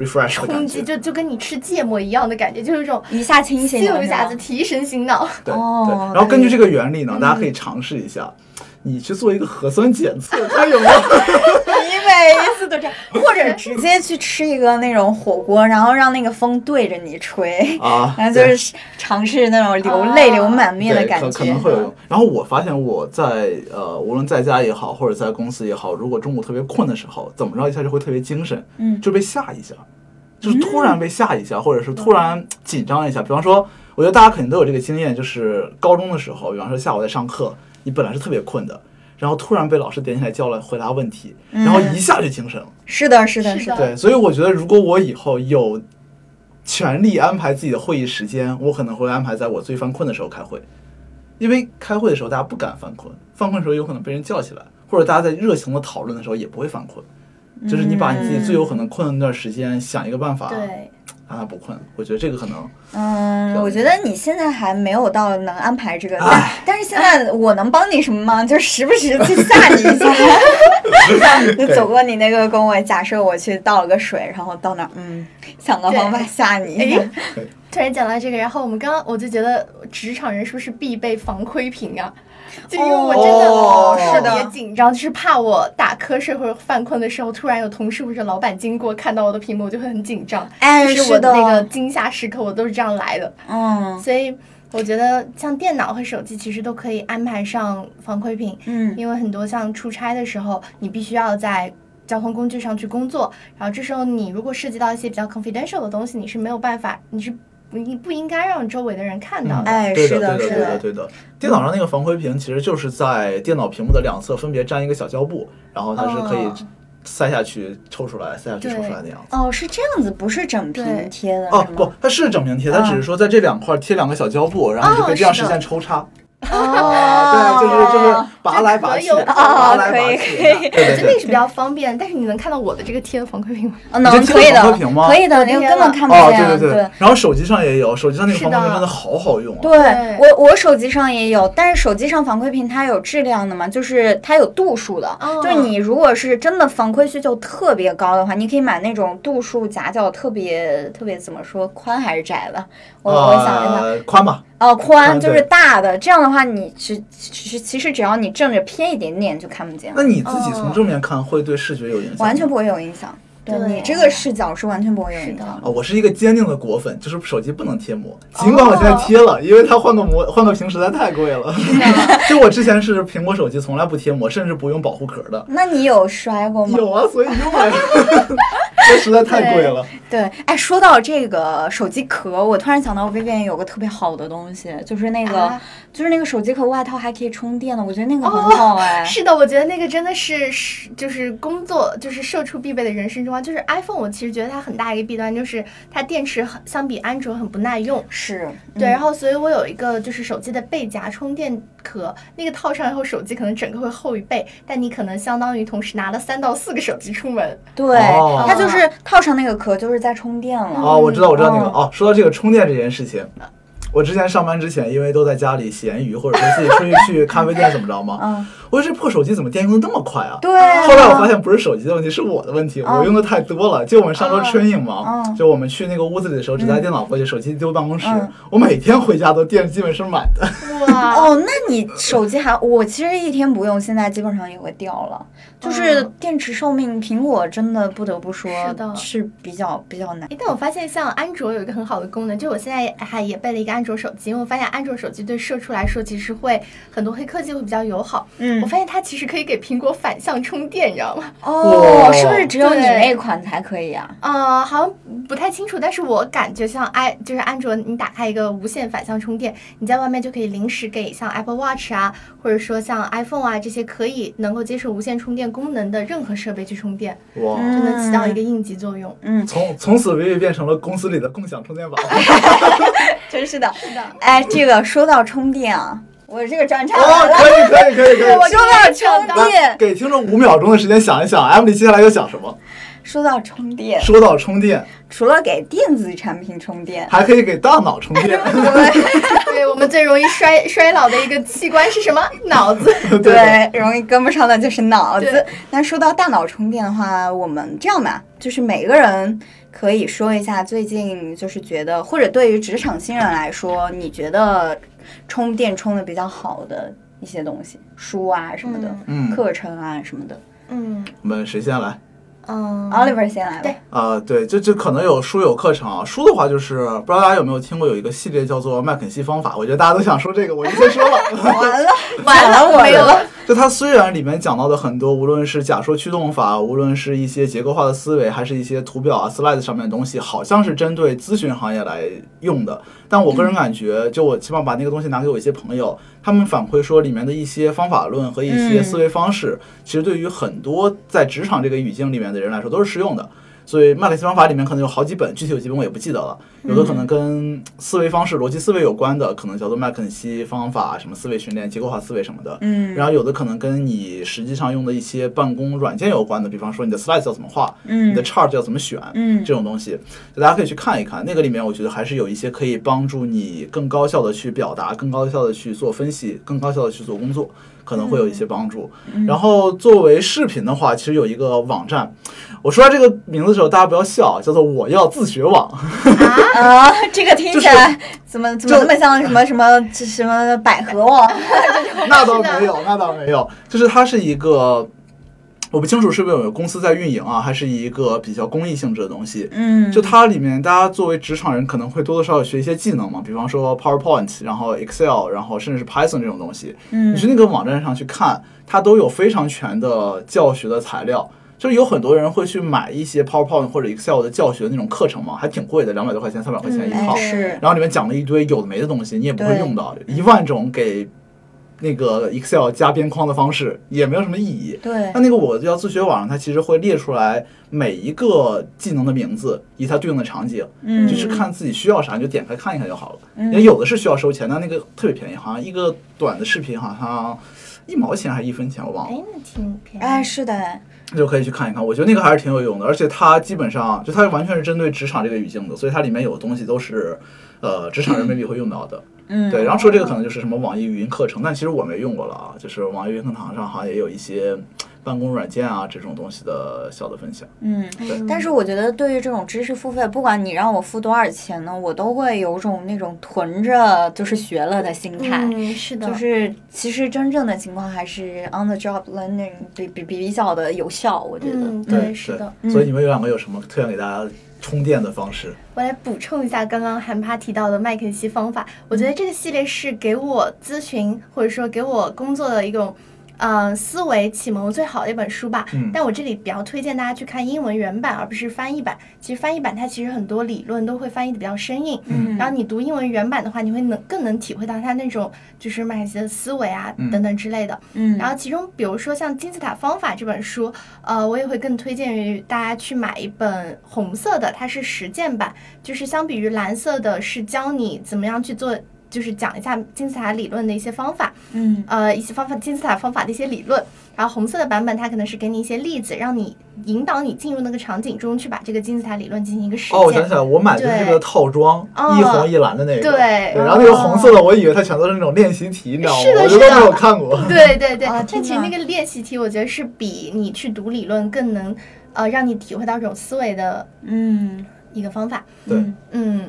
S3: refresh 的
S2: 冲
S3: 感
S2: 击
S3: 觉。
S2: 就就跟你吃芥末一样的感觉，就是一种
S1: 一下清醒
S2: 咻
S1: 了
S2: 一
S1: 是吧
S2: 下子提神醒脑。
S3: 对
S1: 哦
S3: 对，然后根据这个原理呢
S2: 嗯，
S3: 大家可以尝试一下，你去做一个核酸检测，看有没有。
S1: 你每一次都这样，哎或者直接去吃一个那种火锅，然后让那个风对着你吹，
S3: 啊
S1: 然后就是尝试那种流
S2: 哦
S1: 泪流满面的
S3: 对，
S1: 感
S3: 可
S1: 觉
S3: 可
S1: 嗯
S3: 能。会有用。然后我发现我在呃，无论在家也好，或者在公司也好，如果中午特别困的时候，怎么着一下就会特别精神，
S1: 嗯
S3: 就被吓一下，就是突然被吓一下，或者是突然紧张一
S1: 嗯
S3: 下。比方说，我觉得大家肯定都有这个经验，就是高中的时候，比方说下午在上课，你本来是特别困的。然后突然被老师点起来叫来回答问题，
S1: 嗯
S3: 然后一下就精神了。
S1: 是的，是的，
S2: 是
S1: 是
S2: 的
S1: 的。
S3: 对，所以我觉得如果我以后有权利安排自己的会议时间，我可能会安排在我最犯困的时候开会，因为开会的时候大家不敢犯困，犯困的时候有可能被人叫起来，或者大家在热情的讨论的时候也不会犯困。
S1: 嗯
S3: 就是你把你自己最有可能困的那段时间想一个办法，
S2: 对，
S3: 让他不困。我觉得这个可能
S1: 嗯，我觉得你现在还没有到能安排这个，但但是现在我能帮你什么吗？就时不时去吓你一下。 就走过你那个工位，假设我去倒了个水，然后到那儿，嗯，想个方法
S2: 对
S1: 吓你一下。
S2: 突然讲到这个，然后我们刚刚我就觉得职场人是不是必备防窥屏啊？就因为我真的
S1: 哦
S2: 特
S1: 是的
S2: 别紧张，就是怕我打瞌睡或者犯困的时候，突然有同事或者老板经过看到我的屏幕，我就会很紧张。
S1: 哎，
S2: 就是
S1: 是
S2: 我
S1: 的，
S2: 的那个惊吓时刻，我都是这样来的。
S1: 嗯
S2: 所以我觉得像电脑和手机其实都可以安排上防窥屏，
S1: 嗯
S2: 因为很多像出差的时候，你必须要在。交通工具上去工作，然后这时候你如果涉及到一些比较 confidential 的东西，你是没有办法，你是你不应该让周围的人看到的。
S1: 哎
S3: 对
S1: 是的
S3: 对
S1: 是
S3: 的，对
S1: 的
S3: 的，对的。电脑上那个防窥屏其实就是在电脑屏幕的两侧分别粘一个小胶布，然后它是可以
S2: 哦
S3: 塞下去抽出来，塞下去抽出来那样子。
S1: 哦，是这样子，不是整
S2: 对
S1: 屏贴的，
S3: 哦
S1: 是，
S3: 不
S1: 吗？，嗯
S3: 它是整屏贴，它只是说在这两块贴两个小胶布，然后你就可以这样实现抽插。
S1: 哦
S3: 对，就是就是拔来拔去，
S2: 这可有
S3: 拔来拔
S1: 可以哦
S3: 去。
S1: 可以
S3: 对对
S2: 哎我觉得也
S3: 对。
S2: 是比较方便，但是你能看到我的这个贴的防窥屏吗？
S1: 哦能
S3: 你就
S1: 可以
S3: 贴
S1: 的
S3: 了防窥屏，吗
S1: 可以的，
S2: 对
S1: 就
S2: 贴
S1: 根本
S2: 了
S1: 看不
S3: 哦，
S1: 见，
S3: 对
S1: 对
S3: 对。。然后手机上也有，手机上那个防窥
S2: 是
S3: 屏
S2: 的
S3: 真的好好用啊。
S1: 对
S2: 对
S1: 我，我手机上也有，但是手机上防窥屏它有质量的嘛，就是它有度数的。
S3: 嗯
S2: 哦
S1: 就是你如果是真的防窥需求特别高的话，你可以买那种度数夹角特别特别怎么说宽还是窄的？我、我想一下，
S3: 呃，宽吧，
S1: 哦，宽
S3: 宽
S1: 就是
S3: 对
S1: 大的，这样的话你只其实其实只要你正着偏一点点就看不见了
S3: 那，你自己从正面看会对视觉有影响吗？
S1: 哦完全不会有影响。对
S2: 对
S1: 你这个视角是完全不会有影响
S3: 啊，我啊是一个坚定的果粉，就是手机不能贴膜，
S1: 哦
S3: 尽管我现在贴了，因为它换个膜换个屏实在太贵了。 就我之前是苹果手机从来不贴膜，甚至不用保护壳的。
S1: 那你有摔过吗？
S3: 有啊，所以用啊， 这实在太贵了。
S1: 对，哎，说到这个手机壳，我突然想到 Vivian 有个特别好的东西，就是那个、
S2: 啊哦
S1: 就是那个手机壳外套还可以充电的，我觉得那个很好哎。
S2: 是的，我觉得那个真的是是就是工作就是社畜必备的人生中啊，就是 iPhone，我其实觉得它很大一个弊端就是它电池很相比安卓很不耐用。
S1: 是，
S2: 对，
S1: 嗯
S2: 然后所以我有一个就是手机的背夹充电壳，那个套上以后，手机可能整个会厚一倍，但你可能相当于同时拿了三到四个手机出门。
S1: 对、
S3: 哦
S2: 嗯
S1: 它就是套上那个壳就是在充电了。
S3: 啊
S1: 嗯
S3: 哦，我知道，我知道那个。哦，说到这个充电这件事情，我之前上班之前，因为都在家里闲鱼，或者说自己出去去咖啡店怎么着嘛，
S1: 嗯，
S3: 我说这破手机怎么电用的那么快啊？
S2: 哦
S1: 对啊。
S3: 后来我发现不是手机的问题，是我的问题，
S1: 嗯
S3: 我用的太多了。就我们上周
S2: 嗯
S3: 春影嘛，
S1: 嗯
S3: 就我们去那个屋子里的时候，只带电脑过去，手机丢办公室
S1: 嗯。
S3: 我每天回家都电基本是满的。
S2: 哇，
S1: 哦，那你手机还我其实一天不用，现在基本上也会掉了。就是
S2: 嗯
S1: 电池寿命，苹果真的不得不说
S2: 是的
S1: 是比较比较难。
S2: 诶但我发现像安卓有一个很好的功能，就我现在还也备了一个安卓手机，因为我发现安卓手机对社畜来说其实会很多黑科技会比较友好。
S1: 嗯
S2: 我，发现它其实可以给苹果反向充电，你知道吗？
S1: 哦，
S3: 哇
S1: 是不是只有你
S2: 对
S1: 那款才可以啊？
S2: 呃，好像不太清楚，但是我感觉像 i 就是安卓，你打开一个无线反向充电，你在外面就可以临时给像 Apple Watch 啊，或者说像 iPhone 啊这些可以能够接受无线充电功能的任何设备去充电，
S3: 哇，
S1: 嗯
S2: 就能起到一个应急作用。
S1: 嗯，
S3: 从从此微微变成了公司里的共享充 电宝。哦
S1: 真是的。
S2: 是的，
S1: 哎，这个说到充电啊，我这个转场
S3: 哦，
S1: 来了。哎
S3: 可以可以可以可以。
S1: 说到充
S3: 来
S1: 电，
S3: 给听众五秒钟的时间想一想，M 里接下来要讲什么？
S1: 说到充电，
S3: 说到充电，
S1: 除了给电子产品充电，
S3: 还可以给大脑充电。
S2: 对我们最容易衰衰老的一个器官是什么？脑子。
S3: 的，
S1: 对，容易跟不上的就是脑子
S2: 对。
S1: 那说到大脑充电的话，我们这样吧，就是每个人可以说一下最近就是觉得，或者对于职场新人来说，你觉得充电充的比较好的一些东西，书啊什么的，
S3: 嗯，
S1: 课程啊什么的。
S2: 嗯
S3: 我们谁先来？
S2: 嗯
S1: Oliver 先来吧。
S2: 对
S3: 啊、对，这这可能有书有课程啊。书的话，就是不知道大家有没有听过有一个系列叫做麦肯锡方法，我觉得大家都想说这个，我就先说了。
S1: 完了，
S2: 完了
S1: 抢我
S2: 没有
S1: 了。
S3: 就它虽然里面讲到的很多，无论是假说驱动法，无论是一些结构化的思维，还是一些图表啊、slide 上面的东西，好像是针对咨询行业来用的。但我个人感觉，就我起码把那个东西拿给我一些朋友，他们反馈说里面的一些方法论和一些
S1: 嗯
S3: 思维方式，其实对于很多在职场这个语境里面的人来说都是适用的。所以麦肯锡方法里面可能有好几本，具体有几本我也不记得了。有的可能跟思维方式、逻辑思维有关的，可能叫做麦肯锡方法，什么思维训练、结构化思维什么的。
S1: 嗯
S3: 然后有的可能跟你实际上用的一些办公软件有关的，比方说你的 slide 要怎么画，你的
S1: 嗯
S3: chart 要怎么选，
S1: 嗯
S3: 这种东西，就大家可以去看一看。那个里面我觉得还是有一些可以帮助你更高效的去表达、更高效的去做分析、更高效的去做工作，可能会有一些帮助。
S1: 嗯
S3: 然后作为视频的话，其实有一个网站，我说到这个名字的时候，大家不要笑，叫做我要自学网。
S1: 啊，这个听
S3: 就
S1: 起
S3: 是
S1: 来怎么怎么那么像什么什么这什么百合哦网？
S3: 那倒没有，那倒没有，就是它是一个，我不清楚是不是有公司在运营啊，还是一个比较公益性质的东西。
S1: 嗯，
S3: 就它里面，大家作为职场人可能会多多少少学一些技能嘛，比方说 PowerPoint，然后 Excel，然后甚至是 Python 这种东西。
S1: 嗯
S3: 你去那个网站上去看，它都有非常全的教学的材料。就是有很多人会去买一些 PowerPoint 或者 Excel 的教学那种课程嘛，还挺贵的，两百多块钱、三百块钱一
S1: 哎
S3: 套。
S1: 是，
S3: 然后里面讲了一堆有的没的东西，你也不会
S1: 对
S3: 用到，一万种给那个 Excel 加边框的方式也没有什么意义。
S1: 对
S3: 那，那个我要自学网上，它其实会列出来每一个技能的名字以及它对应的场景，
S1: 嗯
S3: 就是看自己需要啥，你就点开看一看就好了。
S1: 嗯
S3: 也有的是需要收钱，但那个特别便宜，好像一个短的视频好像一毛钱还是一分钱，我忘了，
S2: 哎，那挺便宜。
S1: 哎，是的，
S3: 就可以去看一看。我觉得那个还是挺有用的，而且它基本上就它完全是针对职场这个语境的，所以它里面有的东西都是呃职场人 maybe 会用到的。
S1: 嗯，
S3: 对，然后说这个可能就是什么网易云课程，但其实我没用过了啊，就是网易云课堂上好像也有一些办公软件啊这种东西的小的分享。
S1: 嗯。
S2: 嗯
S1: 但是我觉得，对于这种知识付费，不管你让我付多少钱呢，我都会有种那种囤着就是学了的心态。
S2: 嗯，是的，
S1: 就是其实真正的情况还是 on the job learning 比比比较的有效，我觉得。
S2: 嗯，
S3: 对，
S2: 是的。
S3: 对所以你们有两个有什么推荐给大家充电的方式？
S2: 我来补充一下刚刚韩趴提到的麦肯锡方法，我觉得这个系列是给我咨询或者说给我工作的一种。呃，思维启蒙最好的一本书吧，
S3: 嗯
S2: 但我这里比较推荐大家去看英文原版，而不是翻译版。其实翻译版它其实很多理论都会翻译的比较生硬，
S1: 嗯
S2: 然后你读英文原版的话，你会能更能体会到它那种就是麦肯锡的思维啊、
S3: 嗯
S2: 等等之类的。
S1: 嗯，
S2: 然后其中比如说像《金字塔方法》这本书，呃，我也会更推荐于大家去买一本红色的，它是实践版，就是相比于蓝色的是教你怎么样去做。就是讲一下金字塔理论的一些方法，
S1: 嗯
S2: 呃，一些方法金字塔方法的一些理论。然后红色的版本它可能是给你一些例子，让你引导你进入那个场景中去把这个金字塔理论进行一个实
S3: 哦，我想
S2: 践。
S3: 起来，我买的是这个套装，
S2: 对哦
S3: 一红一蓝的那个。
S2: 对哦
S3: 然后那个红色的，我以为它全都是那种练习题，你知道吗？
S2: 是的
S3: 我
S2: 是
S3: 都
S2: 的
S3: 没有看过。
S2: 对对对，
S1: 啊
S2: 但
S1: 天
S2: 其实
S1: 哪
S2: 那个练习题，我觉得是比你去读理论更能呃让你体会到这种思维的
S1: 嗯，
S2: 一个方法。
S3: 对
S1: 嗯
S2: 嗯，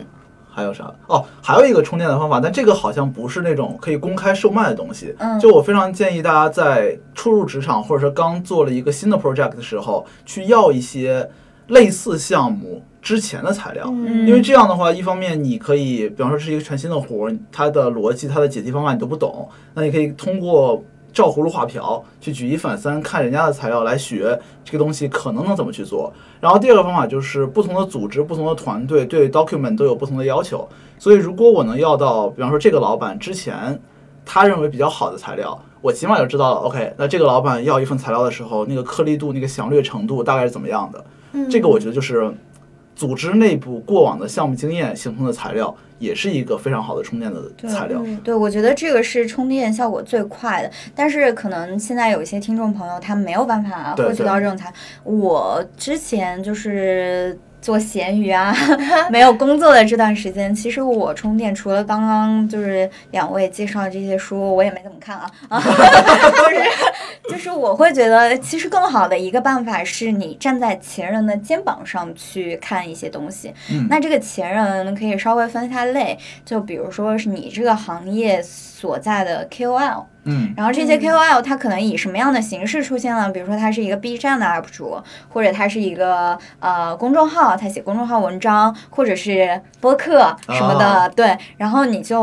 S3: 还有啥？哦，还有一个充电的方法，但这个好像不是那种可以公开售卖的东西。
S1: 嗯
S3: 就我非常建议大家在初入职场，或者说刚做了一个新的 project 的时候，去要一些类似项目之前的材料。
S2: 嗯
S3: 因为这样的话，一方面你可以，比方说这是一个全新的活儿，它的逻辑、它的解题方法你都不懂，那你可以通过照葫芦画瓢去举一反三，看人家的材料来学这个东西可能能怎么去做。然后第二个方法就是不同的组织、不同的团队对 document 都有不同的要求，所以如果我能要到，比方说这个老板之前他认为比较好的材料，我起码就知道了，OK，那这个老板要一份材料的时候，那个颗粒度、那个详略程度大概是怎么样的。
S1: 嗯
S3: 这个我觉得就是组织内部过往的项目经验形成的材料，也是一个非常好的充电的材料。
S2: 嗯
S1: 对，我觉得这个是充电效果最快的，但是可能现在有一些听众朋友他没有办法
S3: 对
S1: 获取
S3: 对
S1: 到这种材。我之前就是。做闲鱼 啊，没有工作的这段时间，其实我充电除了刚刚就是两位介绍的这些书，我也没怎么看啊， 啊，就是就是我会觉得，其实更好的一个办法是你站在前人的肩膀上去看一些东西，
S3: 嗯
S1: 那这个前人可以稍微分一下类，就比如说是你这个行业所在的 KOL，
S3: 嗯，
S1: 然后这些
S2: 嗯
S1: KOL 它可能以什么样的形式出现呢？比如说它是一个 B 站的 UP 主，或者它是一个呃公众号，它写公众号文章，或者是播客什么的，
S3: 啊
S1: 对。然后你就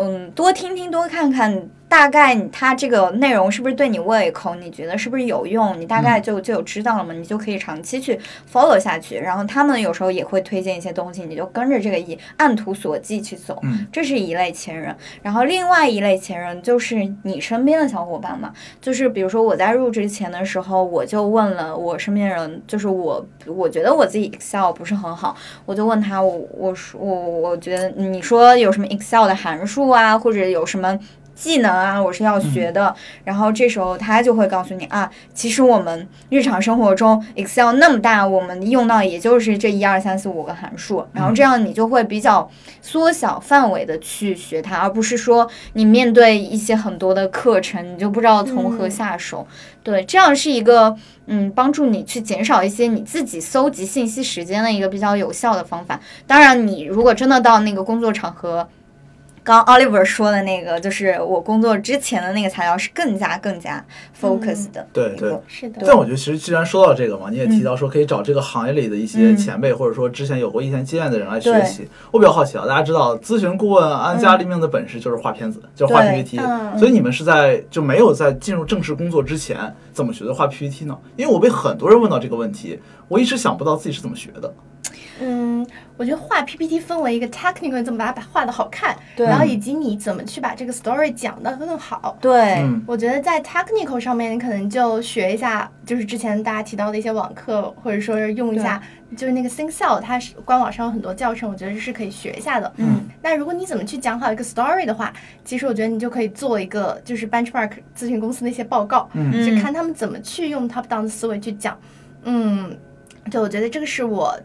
S1: 嗯多听听多看看。大概你它这个内容是不是对你胃口？你觉得是不是有用？你大概就就有知道了嘛，你就可以长期去 follow 下去。然后他们有时候也会推荐一些东西，你就跟着这个一按图索骥去走。
S3: 嗯
S1: 这是一类前人。然后另外一类前人就是你身边的小伙伴嘛，就是比如说我在入职前的时候，我就问了我身边人，就是我我觉得我自己 Excel 不是很好，我就问他，我我说我我觉得你说有什么 Excel 的函数啊，或者有什么。技能啊，我是要学的。然后这时候他就会告诉你啊，其实我们日常生活中 Excel 那么大，我们用到也就是这一二三四五个函数。然后这样你就会比较缩小范围的去学它，而不是说你面对一些很多的课程，你就不知道从何
S2: 嗯
S1: 下手。对，这样是一个嗯，帮助你去减少一些你自己搜集信息时间的一个比较有效的方法。当然，你如果真的到那个工作场合。刚 Oliver 说的那个，就是我工作之前的那个材料是更加更加 focus 的一个、
S3: 对对。
S2: 是的，
S3: 但我觉得，其实既然说到这个嘛，你也提到说可以找这个行业里的一些
S1: 嗯
S3: 前辈，或者说之前有过一些经验的人来
S1: 对嗯
S3: 学习。我比较好奇啊，大家知道，咨询顾问安家立命的本事就是画片子，就是画
S1: 对
S3: PPT。
S2: 嗯
S3: 所以你们是在就没有在进入正式工作之前，怎么学的画 PPT 呢？因为我被很多人问到这个问题，我一直想不到自己是怎么学的。
S2: 嗯，我觉得画 PPT 分为一个 technical 怎么把它画的好看，
S1: 对
S2: 然后以及你怎么去把这个 story 讲的更好。
S1: 对，
S3: 嗯，
S2: 我觉得在 technical 上面，你可能就学一下，就是之前大家提到的一些网课，或者说是用一下，就是那个 ThinkCell，它是官网上有很多教程，我觉得是可以学一下的。
S1: 嗯，
S2: 那如果你怎么去讲好一个 story 的话，其实我觉得你就可以做一个就是 benchmark 咨询公司的一些报告，
S3: 嗯
S2: 就看他们怎么去用 top down 的思维去讲。嗯，对，我觉得这个是我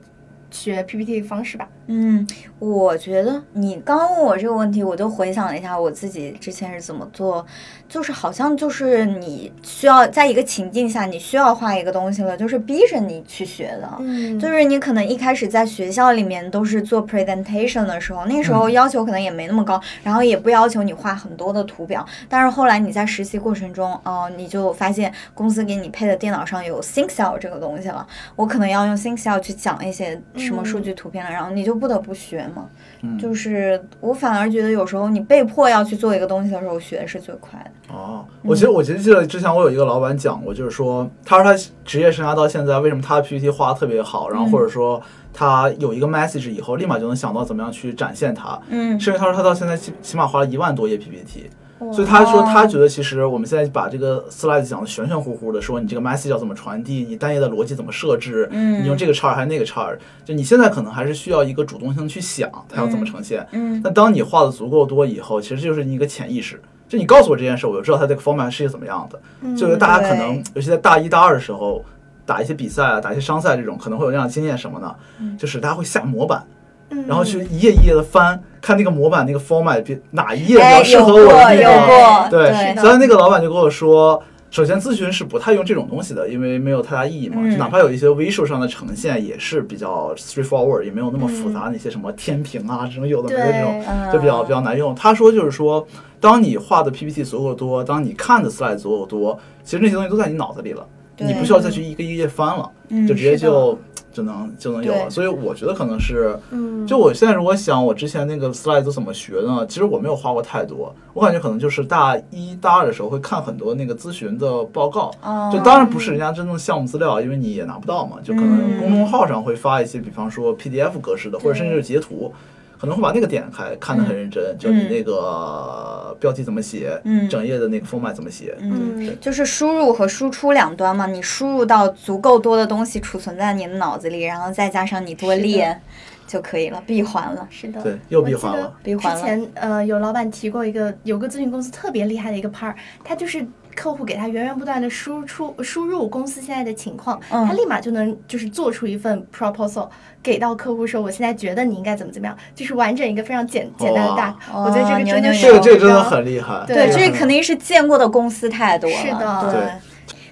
S2: 学 PPT 的方式吧。
S1: 嗯，我觉得你刚刚问我这个问题，我就回想了一下我自己之前是怎么做，就是好像就是你需要在一个情境下，你需要画一个东西了，就是逼着你去学的。
S2: 嗯
S1: 就是你可能一开始在学校里面都是做 presentation 的时候，那
S3: 嗯
S1: 时候要求可能也没那么高，然后也不要求你画很多的图表。但是后来你在实习过程中，哦、你就发现公司给你配的电脑上有 ThinkCell 这个东西了，我可能要用 ThinkCell 去讲一些什么数据图片了，然后你就不得不学嘛。
S3: 嗯
S1: 就是我反而觉得有时候你被迫要去做一个东西的时候，学是最快的。
S3: 哦，我
S1: 嗯
S3: 其实我其实记得之前我有一个老板讲过，就是说，他说他职业生涯到现在，为什么他的 PPT 画的特别好，然后
S1: 嗯
S3: 或者说他有一个 message 以后，立马就能想到怎么样去展现它，
S1: 嗯
S3: 甚至他说他到现在起起码花了一万多页 PPT，所以他说，他觉得其实我们现在把这个 slide 讲的玄玄乎乎的，说你这个 message 要怎么传递，你单页的逻辑怎么设置，
S1: 嗯
S3: 你用这个 chart 还是那个 chart，就你现在可能还是需要一个主动性去想它要怎么呈现。
S1: 嗯
S3: 但当你画的足够多以后，其实就是你一个潜意识，就你告诉我这件事，我就知道它这个 format 是一个怎么样的。就是大家可能
S1: 嗯对，
S3: 尤其在大一大二的时候，打一些比赛啊，打一些商赛这种，可能会有这样的经验什么呢？
S1: 嗯
S3: 就是大家会下模板，
S2: 嗯
S3: 然后去一页一页的翻，看那个模板那个 format 比哪一页比
S1: 哎，
S3: 较适
S1: 有
S3: 合
S1: 过
S3: 我的地
S1: 有
S3: 方。
S1: 过，
S3: 对，
S2: 是的
S3: 所以那个老板就跟我说，首先咨询是不太用这种东西的，因为没有太大意义嘛。
S1: 嗯
S3: 就哪怕有一些 visual 上的呈现，也是比较 straightforward，也没有那么复杂的一些什么天平啊、这种有的没的这种，
S1: 对
S3: 就比较
S1: 啊
S3: 比较难用。他说就是说，当你画的 PPT 足够多，当你看的 slide 足够多，其实那些东西都在你脑子里了，
S1: 对
S3: 你不需要再去一个一个页翻了，
S1: 嗯
S3: 就直接
S2: 是的
S3: 就。就能就能有了，
S1: 对
S3: 所以我觉得可能是，
S2: 嗯
S3: 就我现在如果想我之前那个 slide 都怎么学呢？其实我没有画过太多，我感觉可能就是大一大二的时候会看很多那个咨询的报告，
S1: 哦
S3: 就当然不是人家真正项目资料，因为你也拿不到嘛，就可能
S1: 嗯
S3: 公众号上会发一些，比方说 PDF 格式的，或者甚至是截图。可能会把那个点开，看得很认真，就你那个标题怎么写，
S1: 嗯
S3: 整页的那个封面怎么写，
S1: 嗯，就是输入和输出两端嘛，你输入到足够多的东西储存在你的脑子里，然后再加上你多
S2: 是的
S1: 练就可以了，闭环了。
S2: 是的，
S3: 对又
S2: 我
S3: 闭
S2: 记
S3: 环
S2: 得
S3: 了
S1: 闭环
S2: 之
S1: 了
S2: 前呃，有老板提过一个，有个咨询公司特别厉害的一个 part，他就是客户给他源源不断的输出输入公司现在的情况，
S1: 嗯
S2: 他立马就能就是做出一份 proposal 给到客户说，我现在觉得你应该怎么怎么样，就是完整一个非常简简单的大。
S1: 哇
S2: 我觉得这个真的
S1: 哦哇牛牛
S2: 是
S3: 这个
S1: 牛
S3: 这个真的很厉害。
S2: 对
S1: 对，
S2: 对
S1: 这肯定是见过的公司太多了。
S2: 是的
S1: 对。
S3: 对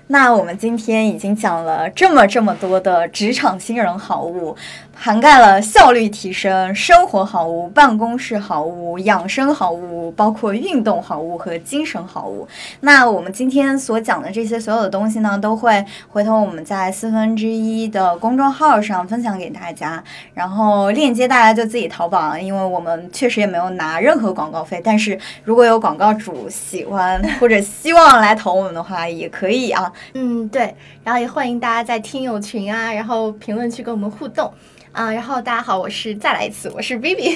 S1: 那我们今天已经讲了这么这么多的职场新人好物，涵盖了效率提升、生活好物、办公室好物、养生好物，包括运动好物和精神好物。那我们今天所讲的这些所有的东西呢，都会回头我们在四分之一的公众号上分享给大家，然后链接大家就自己淘宝，啊因为我们确实也没有拿任何广告费，但是如果有广告主喜欢或者希望来投我们的话，也可以啊。
S2: 嗯，对，然后也欢迎大家在听友群啊，然后评论区跟我们互动。啊、然后大家好，我是再来一次，我是 Vivi。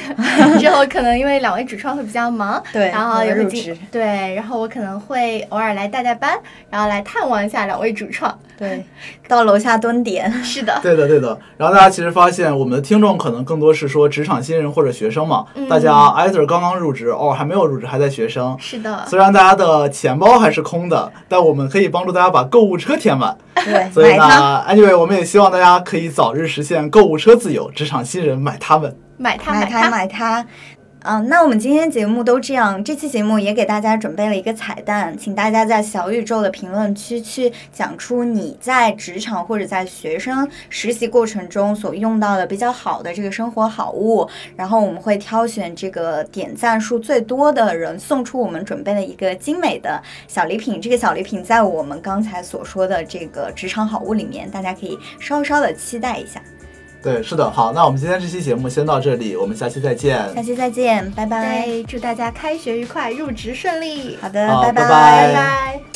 S2: 之后可能因为两位主创会比较忙，
S1: 对
S2: 然后也
S1: 我
S2: 会
S1: 入
S2: 进
S1: 职
S2: 对，然后我可能会偶尔来带带班，然后来探望一下两位主创。
S1: 对，到楼下蹲点。
S2: 是的，
S3: 对的，对的。然后大家其实发现，我们的听众可能更多是说职场新人或者学生嘛，
S1: 嗯
S3: 大家 either 刚刚入职，哦还没有入职，还在学生。
S2: 是
S1: 呃
S2: 的，
S3: 虽然大家的钱包还是空的，但我们可以帮助大家把购物车填满。
S1: 对，
S3: 所以
S1: 买它。
S3: 呢，anyway，我们也希望大家可以早日实现购物车自由，职场新人买它们。
S2: 买它
S1: 买
S2: 它
S1: 它，买它。嗯，那我们今天节目都这样，这期节目也给大家准备了一个彩蛋，请大家在小宇宙的评论区去讲出你在职场或者在学生实习过程中所用到的比较好的这个生活好物，然后我们会挑选这个点赞数最多的人送出我们准备了一个精美的小礼品。这个小礼品在我们刚才所说的这个职场好物里面，大家可以稍稍的期待一下。
S3: 对，是的。好，那我们今天这期节目先到这里，我们下期再见。
S1: 下期再见，拜拜。
S2: 对，祝大家开学愉快，入职顺利，
S1: 好的，
S3: 好
S1: 拜
S3: 拜
S1: 拜
S2: 拜
S3: 拜
S2: 拜